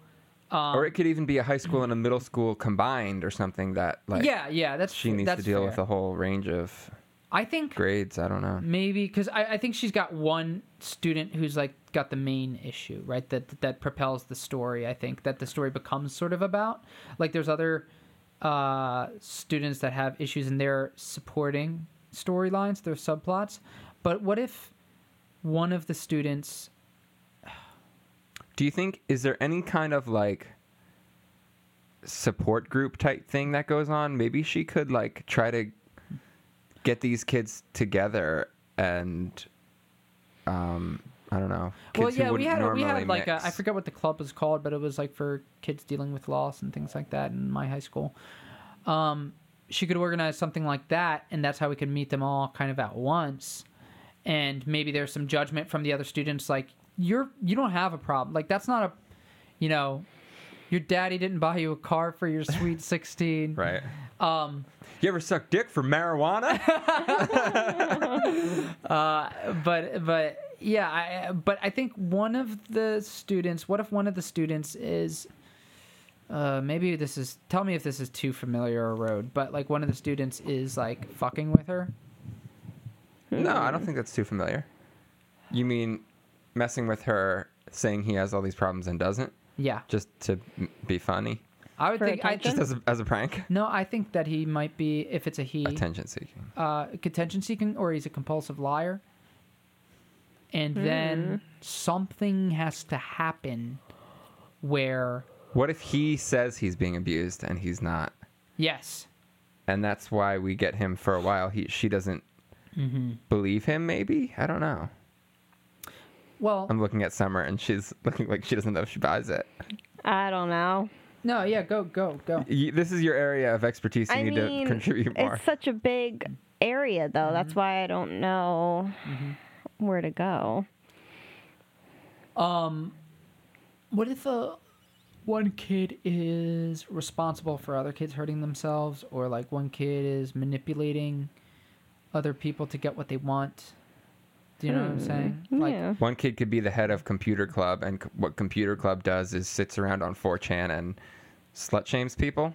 or it could even be a high school and a middle school combined or something that like
yeah, yeah, that's
she needs to
that's
deal
fair.
with a whole range of
I think
grades. I don't know.
maybe because I, I think she's got one student who's like got the main issue right that that propels the story i think that the story becomes sort of about like there's other uh students that have issues and they're supporting storylines their subplots but what if one of the students
Do you think is there any kind of like support group type thing that goes on? Maybe she could like try to get these kids together and um I don't know. Kids
well
who
yeah we
wouldn't
had we
normally
had like a,
mix.
i forget what the club was called but it was like for kids dealing with loss and things like that in my high school um she could organize something like that and that's how we could meet them all kind of at once and maybe there's some judgment from the other students like you're you don't have a problem like that's not a you know your daddy didn't buy you a car for your sweet 16
right.
um
You ever suck dick for marijuana?
but but yeah I, but i think one of the students what if one of the students is uh maybe this is tell me if this is too familiar a road but like one of the students is like fucking with her
no, I
Hmm.
don't think that's too familiar. You mean messing with her saying he has all these problems and doesn't?
yeah
just to m- be funny,
i would
For
think i
attention?
just
just
as a, as a prank.
no i think that he might be if it's a he
Attention seeking.
uh contention seeking or he's a compulsive liar and
Hmm.
then something has to happen where
What if he says he's being abused and he's not,
yes
and that's why we get him for a while? He she doesn't
Mm-hmm.
believe him. Maybe I don't know.
well
I'm looking at Summer and she's looking like she doesn't know if she buys it.
I don't know.
no yeah go go go
You, this is your area of expertise. You
I
need
mean,
to contribute more.
it's such a big area, though.
Mm-hmm.
That's why I don't know where to go.
Um, What if uh, one kid is responsible for other kids hurting themselves, or like one kid is manipulating other people to get what they want? Do you know what I'm saying? Like,
yeah.
One kid could be the head of computer club, and c- what computer club does is sits around on 4chan and slut shames people.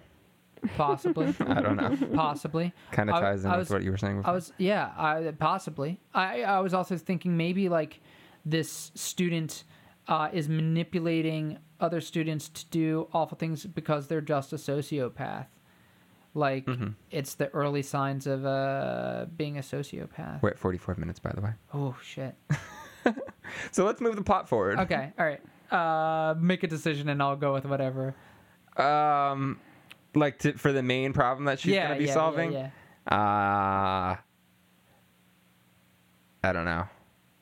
possibly,
I don't know.
possibly.
kind of
I-
ties in
I
with
was-
what you were saying. Before.
I was yeah, I, possibly. I I was also thinking maybe like this student uh, is manipulating other students to do awful things because they're just a sociopath. Like
Mm-hmm.
it's the early signs of uh, being a sociopath.
We're at 44 minutes, by the way.
Oh shit.
So let's move the plot forward.
Okay, all right. Uh, make a decision and I'll go with whatever.
Um, like to, for the main problem that she's
yeah,
gonna be
yeah, yeah,
solving.
yeah.
Uh, I don't know.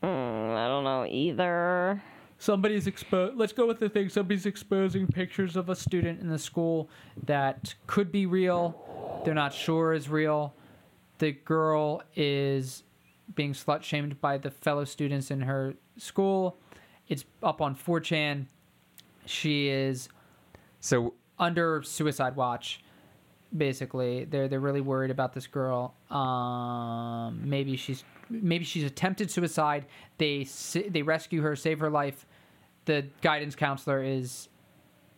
Mm, I don't know either.
somebody's exposed let's go with the thing somebody's exposing pictures of a student in the school that could be real they're not sure is real the girl is being slut shamed by the fellow students in her school it's up on 4chan she is
So
under suicide watch basically they're they're really worried about this girl um maybe she's maybe she's attempted suicide they sa- they rescue her save her life the guidance counselor is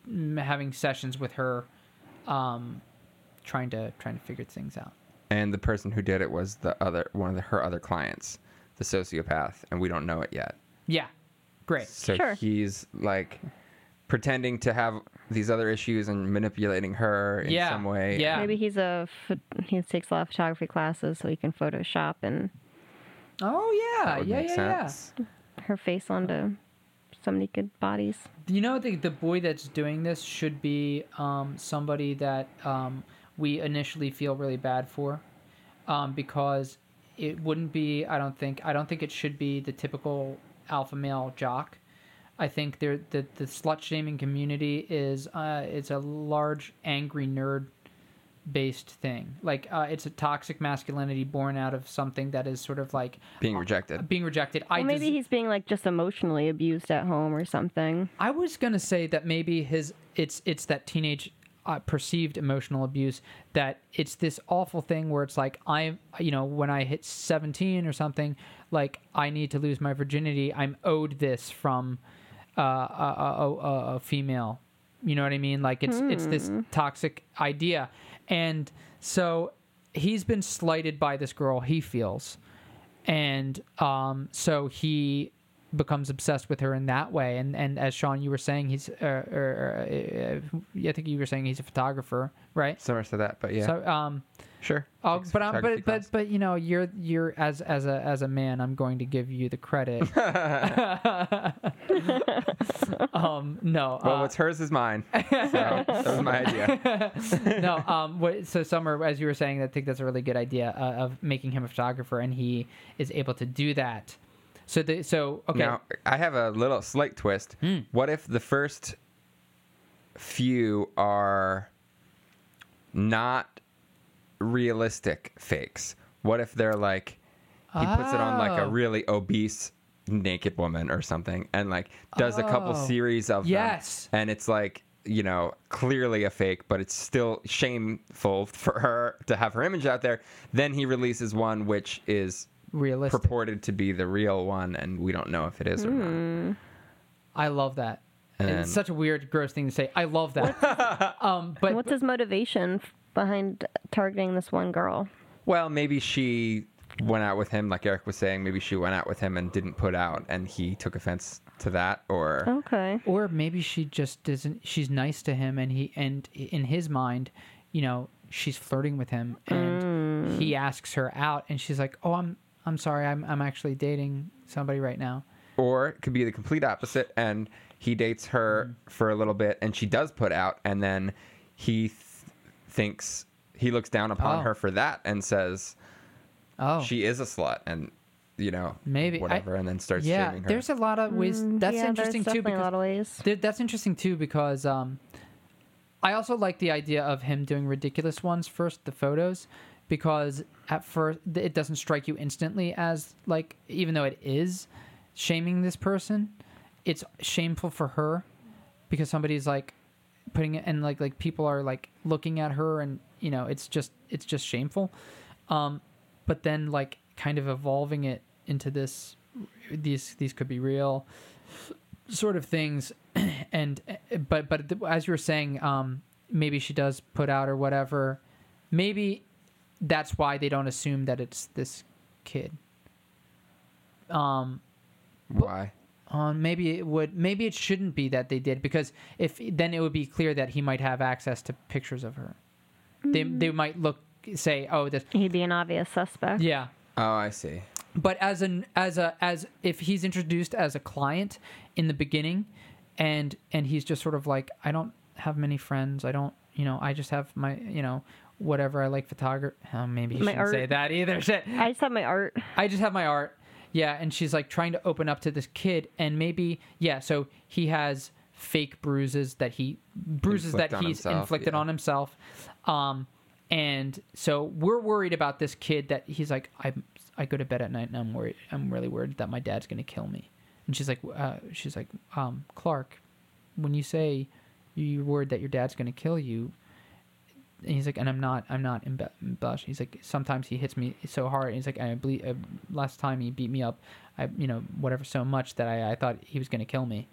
mm, having sessions with her um trying to trying to figure things out
and the person who did it was the other one of the, her other clients, the sociopath, and we don't know it yet.
yeah Great.
So
Sure.
he's like pretending to have these other issues and manipulating her in
Yeah,
some way.
yeah.
Maybe he's a pho- he takes a lot of photography classes so he can Photoshop and
Oh yeah,
That would
yeah,
make
yeah, yeah.
sense.
her face onto
Oh.
some naked bodies.
You know, the the boy that's doing this should be um, somebody that um, we initially feel really bad for, um, because it wouldn't be. I don't think. I don't think it should be the typical alpha male jock. I think there the the slut shaming community is uh, it's a large angry nerd based thing. Like uh, it's a toxic masculinity born out of something that is sort of like
Being rejected.
being rejected. I
Well, maybe
des-
he's being like just emotionally abused at home or something.
I was gonna say that maybe his it's it's that teenage uh, perceived emotional abuse that it's this awful thing where it's like I'm you know when I hit seventeen or something like I need to lose my virginity I'm owed this from uh, a, a, a, a female you know what I mean like it's it's this toxic idea and so he's been slighted by this girl he feels and um, so he becomes obsessed with her in that way. And and as Sean, you were saying, he's uh, or, or, uh, I think you were saying he's a photographer, right?
So much to that, but yeah.
So um,
sure.
oh,
Takes
but I'm,
photography
but but
class.
but you know, you're you're as as a as a man, I'm going to give you the credit. um, no,
well,
uh,
what's hers is mine. So that was my idea.
no. Um, what, so Summer, as you were saying, I think that's a really good idea uh, of making him a photographer, and he is able to do that. So the so okay. Hmm.
Now, I have a little slight twist. What if the first few are not realistic fakes? What if they're like he puts it on like a
Oh.
really obese naked woman or something and like does a couple
Oh.
series of them,
Yes.
and it's like you know clearly a fake but it's still shameful for her to have her image out there then he releases one which is
realistic.
purported to be the real one, and we don't know if it is or
Hmm.
not.
I love that.
And
it's such a weird, gross thing to say. I love that. um, but
What's his motivation f- behind targeting this one girl?
Well, maybe she went out with him, like Eric was saying. Maybe she went out with him and didn't put out, and he took offense to that. Or
Oh.
Okay.
or maybe she just doesn't. She's nice to him, and he and in his mind, you know, she's flirting with him, and
Mm.
he asks her out, and she's like, "Oh, I'm I'm sorry, I'm I'm actually dating somebody right now."
or it could be the complete opposite, and he dates her for a little bit, and she does put out, and then he th- thinks he looks down upon
Oh.
her for that, and says
Oh,
she is a slut, and you know
Maybe. I-
whatever, and then starts
yeah.
shaming her.
There's a lot of ways. That's
Mm, yeah,
interesting
there's
too.
Definitely
Because
a lot of ways.
Th- that's interesting too because um, I also like the idea of him doing ridiculous ones first, the photos, because at first th- it doesn't strike you instantly as like even though it is shaming this person, it's shameful for her because somebody's like putting it and like like people are like looking at her and you know it's just it's just shameful um but then like kind of evolving it into this these these could be real sort of things and but but th- as you were saying um maybe she does put out or whatever maybe that's why they don't assume that it's this kid
Why?
um, maybe it would maybe it shouldn't be that they did because if then it would be clear that he might have access to pictures of her they they might look say oh this
He'd be an obvious suspect.
yeah
Oh, I see.
but as an as a as if he's introduced as a client in the beginning and and he's just sort of like i don't have many friends i don't you know i just have my you know whatever i like photography oh, maybe he
My
shouldn't say
art.
that either shit
I just have my art.
I just have my art. Yeah, and she's like trying to open up to this kid, and maybe yeah. So he has fake bruises that he bruises
Inflict
that
on
he's
himself,
inflicted
yeah.
on himself, um, and so we're worried about this kid that he's like I I go to bed at night and I'm worried I'm really worried that my dad's gonna kill me, and she's like uh, she's like um, Clark, when you say you're worried that your dad's gonna kill you, and he's like, and I'm not, I'm not embe- embellished. He's like, sometimes he hits me so hard. And he's like, I ble- uh, last time he beat me up, I, you know, whatever, so much that I, I thought he was going to kill me.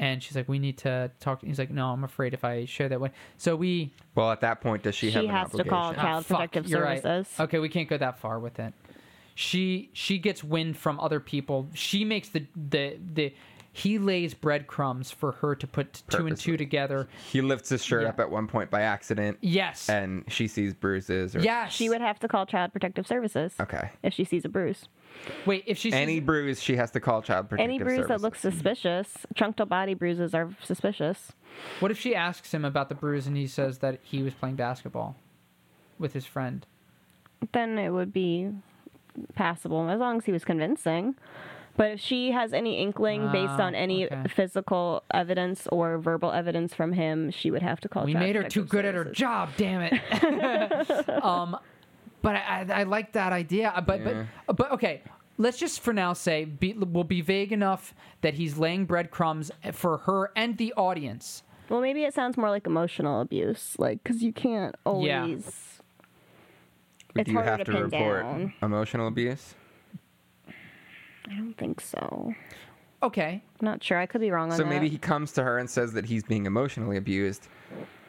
And she's like, we need to talk. He's like, no, I'm afraid if I share that one. So we, ah,
Well, at that point, does she,
She
have an
has to
obligation?
call it Child
fuck,
Protective
you're right.
Services.
Okay, we can't go that far with it. She, she gets wind from other people. She makes the, the, the, He lays breadcrumbs for her to put two and two
Purposely.
together.
He lifts his shirt
Yeah.
up at one point by accident,
Yes.
and she sees bruises. Or,
yes.
She would have to call Child Protective Services
Okay.
if she sees a bruise.
Wait, if she sees
Any bruise, she has to call child protective
Any bruise that
Services.
Mm-hmm.
looks suspicious, trunctal body bruises are suspicious.
What if she asks him about the bruise and he says that he was playing basketball with his friend?
Then it would be passable as long as he was convincing. But if she has any inkling based
Ah,
on any
okay.
physical evidence or verbal evidence from him, she would have to call.
we
Child
made her too
Protective
good at her
Services.
job, damn it. um, but I, I, I like that idea. Uh, But
Yeah.
but but okay, let's just for now say be, we'll be vague enough that he's laying breadcrumbs eh, for her and the audience.
Well, maybe it sounds more like emotional abuse, like because you can't always.
Yeah.
It's
Do you
harder
have
to
to,
pin
report
down.
emotional abuse?
I don't think so.
Okay,
I'm not sure. I could be wrong on
So
that.
maybe he comes to her and says that he's being emotionally abused,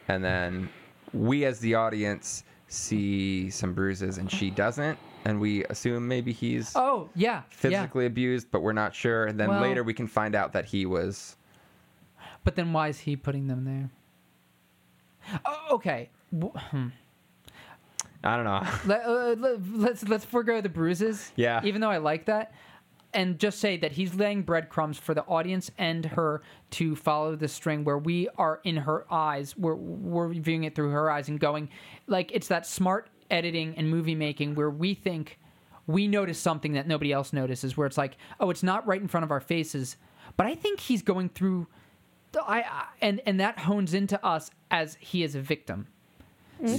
and then we, as the audience, see some bruises and she doesn't, and we assume maybe he's
Oh yeah,
physically abused, but we're not sure. And then
Well-
later we can find out that he was.
Yeah. But then why is he putting them there? Oh, okay. W- hmm.
I don't know.
Let, uh, let, let's let's forego the bruises.
Yeah.
Even though I like that, and just say that he's laying breadcrumbs for the audience and her to follow the string where we are in her eyes. We're we're viewing it through her eyes and going, like it's that smart editing and movie making where we think we notice something that nobody else notices. Where it's like, oh, it's not right in front of our faces, but I think he's going through. the- I, I and and that hones into us as he is a victim.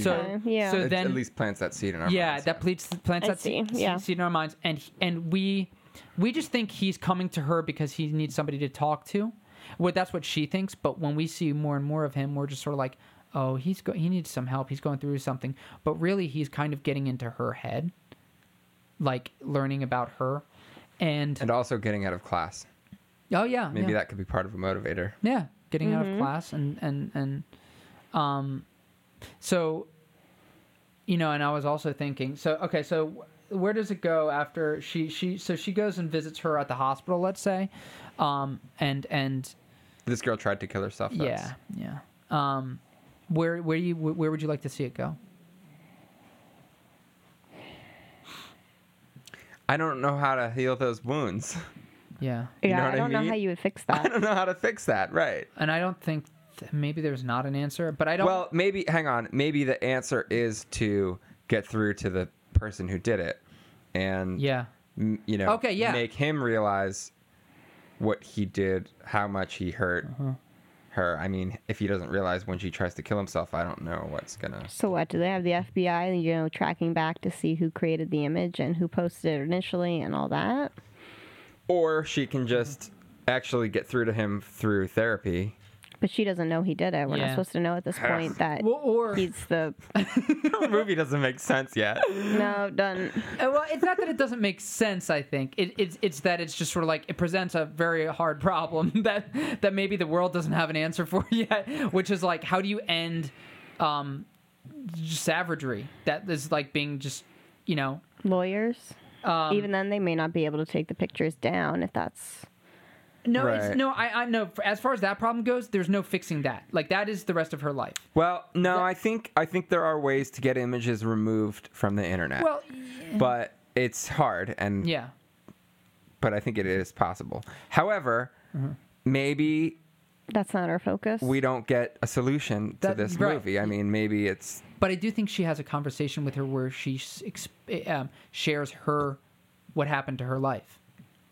So
Okay, yeah.
so
It
then
at least plants that seed in our
yeah,
minds,
that plants plants
I
that se-
see,
se-
yeah.
seed in our minds, and he- and we we just think he's coming to her because he needs somebody to talk to. Well, that's what she thinks. But when we see more and more of him, we're just sort of like, oh, he's go- he needs some help. He's going through something. But really, he's kind of getting into her head, like learning about her, and,
and also getting out of class.
oh yeah,
Maybe
yeah.
that could be part of a motivator.
Yeah, getting out of class and and and um, so you know, and I was also thinking. So okay, so wh- where does it go after she she so she goes and visits her at the hospital, let's say, um, and and
This girl tried to kill herself. That's,
yeah yeah um, where where you where would you like to see it go?
I don't know how to heal those wounds.
Yeah,
You
yeah,
know what
I
I
don't know
mean?
how you would fix
I
that.
don't know how to fix that. Right.
and I don't think th- maybe there's not an answer, but I don't.
Well, maybe hang on. Maybe the answer is to get through to the person who did it, and
yeah,
m- you know,
Okay, yeah.
make him realize what he did, how much he hurt
Mm-hmm.
her. I mean, if he doesn't realize when she tries to kill himself, I don't know what's gonna.
So what? Do they have the FBI, you know, tracking back to see who created the image and who posted it initially and all that?
Or she
Mm-hmm.
can just actually get through to him through therapy.
But she doesn't know he did it. We're not
Yeah.
supposed to know at this point that
well, or
he's the
the movie doesn't make sense yet.
no done.
Uh, well, it's not that it doesn't make sense. I think it, it's it's that it's just sort of like it presents a very hard problem that that maybe the world doesn't have an answer for yet, which is like how do you end um, savagery that is like being just you know
lawyers.
Um,
Even then, they may not be able to take the pictures down if that's
no it's,
Right.
no I I no as far as that problem goes, there's no fixing that. Like that is the rest of her life.
Well, no, I think I think there are ways to get images removed from the internet.
Well,
but it's hard and
yeah,
but I think it is possible. However,
Mm-hmm.
maybe
that's not our focus.
we don't get a solution to
That-
this
right.
movie. I mean, maybe it's
but I do think she has a conversation with her where she s- exp- um, shares her what happened to her life,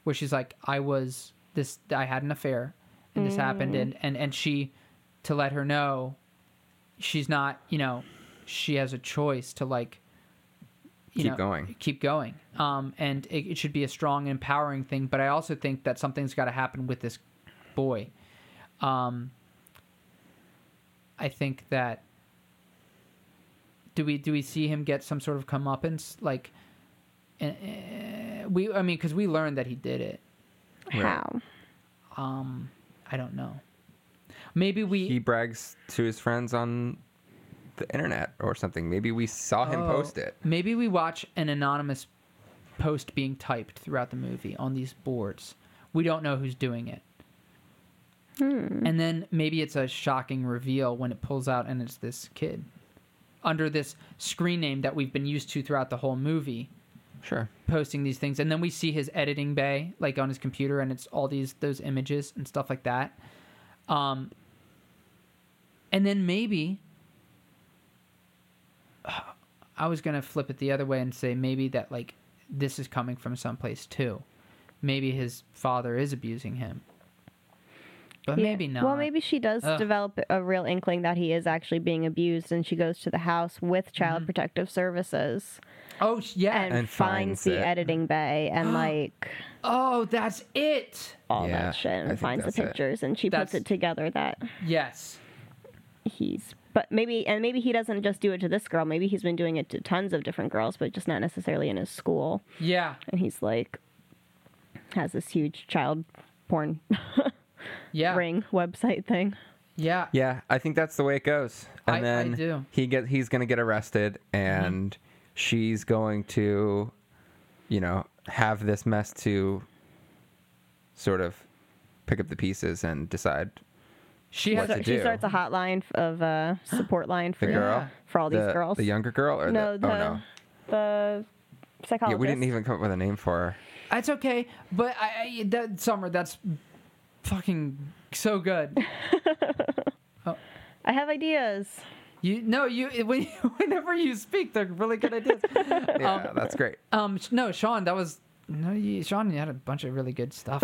where she's like, "I was this, I had an affair, and this happened,"
Mm.
and and and she to let her know she's not, you know, she has a choice to like you
Keep
know,
going.
keep going, um, and it, it should be a strong and empowering thing. But I also think that something's got to happen with this boy. Um, I think that do we do we see him get some sort of comeuppance? Like, eh, eh, we I mean, because we learned that he did it.
how?
Um, I don't know. Maybe we
he brags to his friends on the internet or something. Maybe we saw him
Oh,
post it.
Maybe we watch an anonymous post being typed throughout the movie on these boards. We don't know who's doing it. And then maybe it's a shocking reveal when it pulls out and it's this kid under this screen name that we've been used to throughout the whole movie
Sure.
posting these things and then we see his editing bay like on his computer and it's all these those images and stuff like that um and then maybe i was gonna flip it the other way and say maybe that like this is coming from someplace too maybe his father is abusing him but
Yeah.
maybe not
Well, maybe she does
Ugh.
develop a real inkling that he is actually being abused, and she goes to the house with Child
Mm-hmm.
Protective Services
oh sh- yeah
and,
And finds
finds the
it.
editing bay and like
oh that's it
all
Yeah,
that shit
I
and
think
finds the
that's it.
pictures, and she
That's-
puts it together that
yes
he's. But maybe, and maybe he doesn't just do it to this girl. Maybe he's been doing it to tons of different girls, but just not necessarily in his school.
yeah
And he's like, has this huge child porn
yeah
ring website thing.
yeah
Yeah, I think that's the way it goes. And
I- I
then
do. Mm-hmm.
he get he's going to get arrested and she's going to you know, have this mess to sort of pick up the pieces and decide
she
What
has
to
a-
she
do.
starts a hotline f- of uh, support line for
the girl
for all these
the,
girls.
The younger girl or the,
no, the,
Oh no.
the
Yeah,
psychologist.
we didn't even come up with a name for her.
That's okay, but I, I that summer that's fucking so good.
I have ideas.
You no, you when, whenever you speak, they're really good ideas.
Yeah, that's great.
Um, sh- no, Sean, that was no, you, Sean. You had a bunch of really good stuff.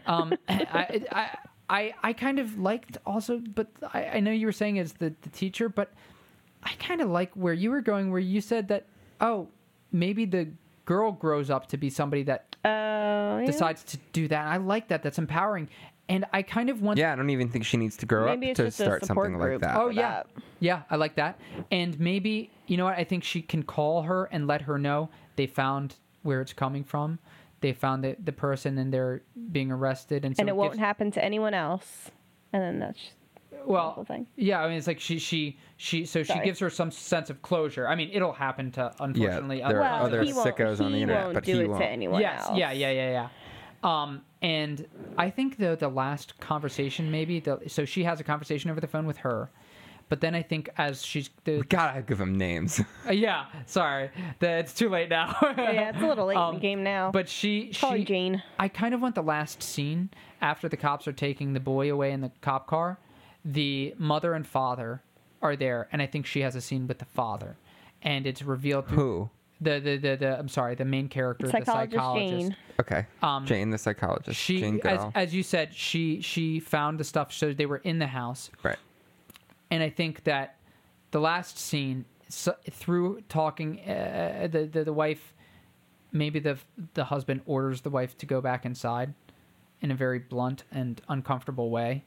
um, I, I, I, I kind of liked also, but I, I know you were saying as the the teacher, but I kind of like where you were going, where you said that oh, maybe the girl grows up to be somebody that
Oh, yeah.
decides to do that. I like that. That's empowering. And I kind of want
Yeah, I don't even think she needs to grow
Maybe
up
it's
to
just a
start
support
something
group.
like that.
Oh
for
yeah,
that.
yeah, I like that. And maybe you know what? I think she can call her and let her know they found where it's coming from. They found the, the person and they're being arrested, and so
and it won't
gives-
happen to anyone else. And then that's
Well,
whole thing.
yeah, I mean, it's like she she she. So she
Sorry.
gives her some sense of closure. I mean, it'll happen to unfortunately
there are
other-
well,
other
he won't,
sickos on the
he
internet,
won't
but
do
he
it
won't.
to anyone
yes,
else.
yeah, yeah, yeah, yeah. Um, and I think though the last conversation maybe the so she has a conversation over the phone with her, but then I think as she's the
We gotta give them names.
Uh, yeah, sorry. The, it's too late now.
Yeah, it's a little late in
Um,
the game now.
But she,
Call
she,
Jane.
I kind of want the last scene after the cops are taking the boy away in the cop car. The mother and father are there, and I think she has a scene with the father, and it's revealed through
Who?
the the, the the I'm sorry, the main character,
psychologist
the psychologist.
Jane.
Okay.
Um,
Jane, the psychologist. Jane
She, as,
girl.
as you said, she she found the stuff. So they were in the house,
right.
and I think that the last scene, so, through talking, uh, the, the the wife, maybe the the husband orders the wife to go back inside, in a very blunt and uncomfortable way,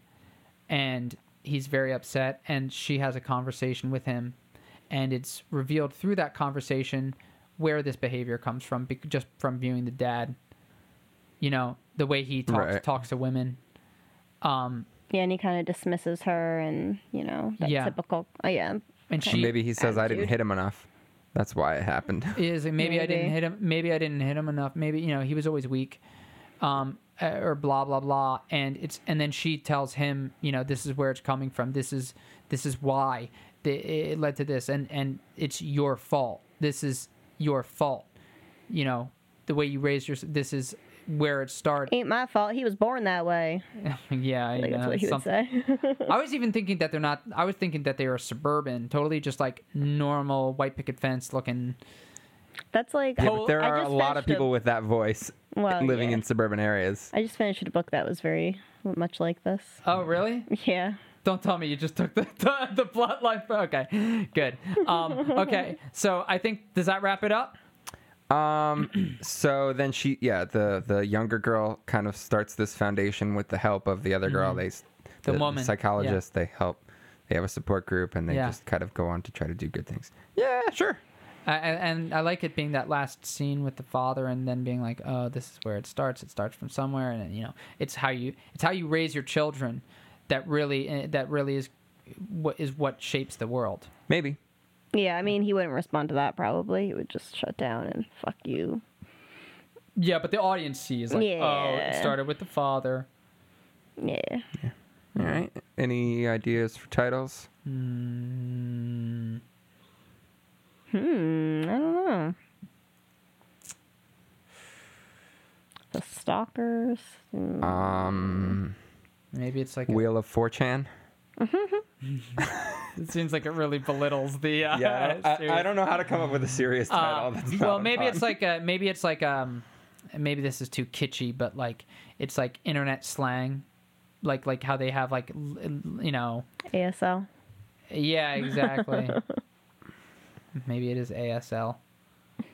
and he's very upset, and she has a conversation with him, and it's revealed through that conversation where this behavior comes from, bec- just from viewing the dad, you know, the way he talks
Right.
talks to women. Um,
Yeah, and he kind of dismisses her, and you know that
Yeah.
typical. Oh yeah,
and she
Maybe he says I didn't
attitude.
hit him enough. That's why it happened.
is like, maybe, I didn't
Maybe.
hit him. Maybe I didn't hit him enough. Maybe you know he was always weak, um, uh, or blah blah blah. And it's and then she tells him, you know, this is where it's coming from. This is this is why the, it led to this, and and it's your fault. This is your fault. You know, the way you raised your. This is where it started.
ain't my fault. He was born that way.
yeah,
I
you
think Eh.
know,
that's what he would
something-
say.
I was even thinking that they're not. I was thinking that they are suburban, totally just like normal white picket fence looking.
That's like
Yeah, but there
Oh, I
are a
just
lot of
finished
people with that voice
Well,
living
yeah.
in suburban areas.
I just finished a book that was very much like this.
Oh, really?
Yeah.
Don't tell me you just took the the, the plot line. for- Okay, good. Um, okay, so I think does that wrap it up?
Um so then she yeah, the the younger girl kind of starts this foundation with the help of the other girl. They s-
The woman, yeah.
psychologist, they help. They have a support group and they
Yeah.
just kind of go on to try to do good things. Yeah, sure.
I, I- and I like it being that last scene with the father, and then being like, "Oh, this is where it starts. It starts from somewhere." And you know, it's how you it's how you raise your children that really eh, that really is what is what shapes the world.
Maybe.
Yeah, I mean, he wouldn't respond to that probably. He would just shut down and fuck you.
Yeah, but the audience sees like, "Oh, it
Yeah.
started with the father."
Yeah.
All right. Any ideas for titles?
Mm,
Hmm. I don't know. The stalkers. Hmm.
Um,
maybe it's like
Wheel of 4chan.
it seems like it really belittles the. Uh,
Yeah, I, don't- I- I don't know how to come up with a serious title.
Um,
That's not
well,
a
maybe
pun.
it's like uh maybe it's like um, maybe this is too kitschy, but like it's like internet slang, like like how they have like l- l- you know,
ASL.
yeah, exactly. maybe it is ASL.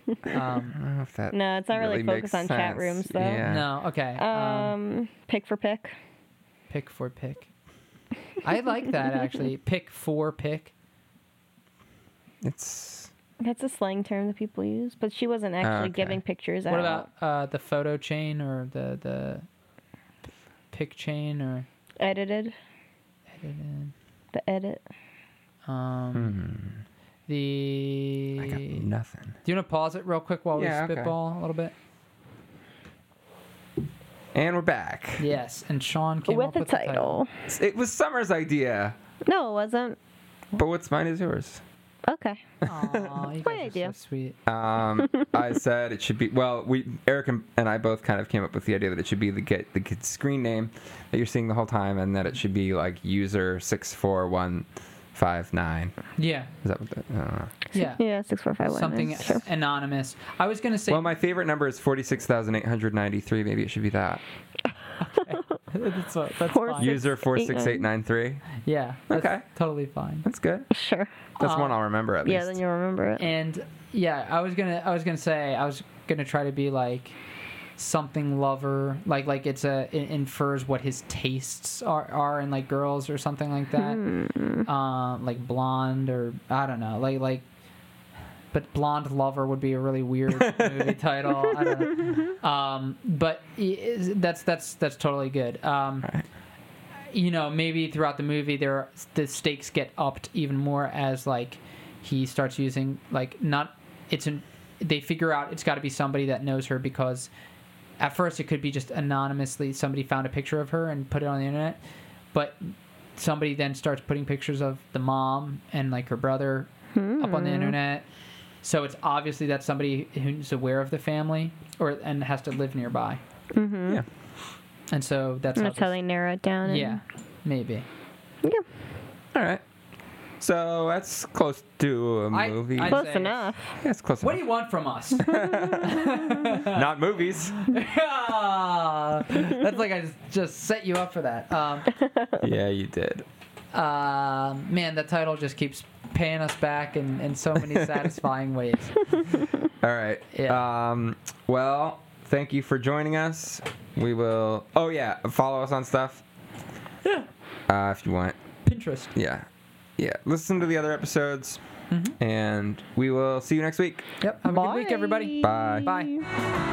I
Um,
don't know if that
No, it's not really
makes
focused on chat
sense.
rooms, though.
Yeah.
no, okay.
Um,
Um,
Pick for pick.
pick for pick. I like that actually. Pick for pick.
It's
That's a slang term that people use, but she wasn't actually
okay.
giving pictures
Ah, What
out.
about uh, the photo chain or the the pick chain or
edited? The edit.
Mm-hmm.
um, the?
mm, I got nothing.
Do you want to pause it real quick while
Yeah,
we
okay.
spitball a little bit?
And we're back.
Yes, and Sean came
with
up
the
with the
title.
It was Summer's idea,
No, it wasn't.
but what's mine is yours.
Okay.
Aw,
My
you guys are
idea.
So sweet.
Um, I said it should be well. We Eric and, and I both kind of came up with the idea that it should be the get the kid's screen name that you're seeing the whole time, and that it should be like user six four one five nine.
Yeah,
Is that what? The, I don't know.
yeah.
Yeah, six four five one.
Something
Sure.
anonymous. I was gonna say
Well, my favorite number is forty six thousand eight hundred ninety three. Maybe it should be that
that's, uh, that's
Four
fine.
six-
user four six eight nine three.
Yeah, that's
Okay.
totally fine.
That's good.
Sure.
That's
Uh,
one I'll remember at
Yeah,
least.
then you'll remember it.
And yeah, I was gonna I was gonna say I was gonna try to be like something lover like like it's a it infers what his tastes are are in like girls or something like that uh, like blonde or i don't know like like but blonde lover would be a really weird movie title I don't know. um but i- is- that's that's that's totally good um you know maybe throughout the movie there are, the stakes get upped even more as like he starts using like not it's an they figure out it's got to be somebody that knows her because at first it could be just anonymously somebody found a picture of her and put it on the internet but somebody then starts putting pictures of the mom and like her brother up on the internet so it's obviously that somebody who's aware of the family or and has to live nearby
yeah.
and so that's,
And that's how
how
they narrow it down.
this-
and-
yeah maybe
Yeah.
All right. So that's close to a
I-
movie.
I- I'd
Close
say-
enough.
yeah, it's close
what do
enough.
you want from us
Not movies.
Ah, that's like I just, just set you up for that. Um,
yeah, you did.
uh, man, that title just keeps paying us back in, in so many satisfying ways.
All right.
Yeah.
Um, well, thank you for joining us. We will. Oh yeah, follow us on stuff. Yeah. Uh, if you want.
Pinterest.
Yeah. Yeah. Listen to the other episodes,
Mhm.
and we will see you next week.
Yep. Have a good week, everybody.
Bye.
Bye.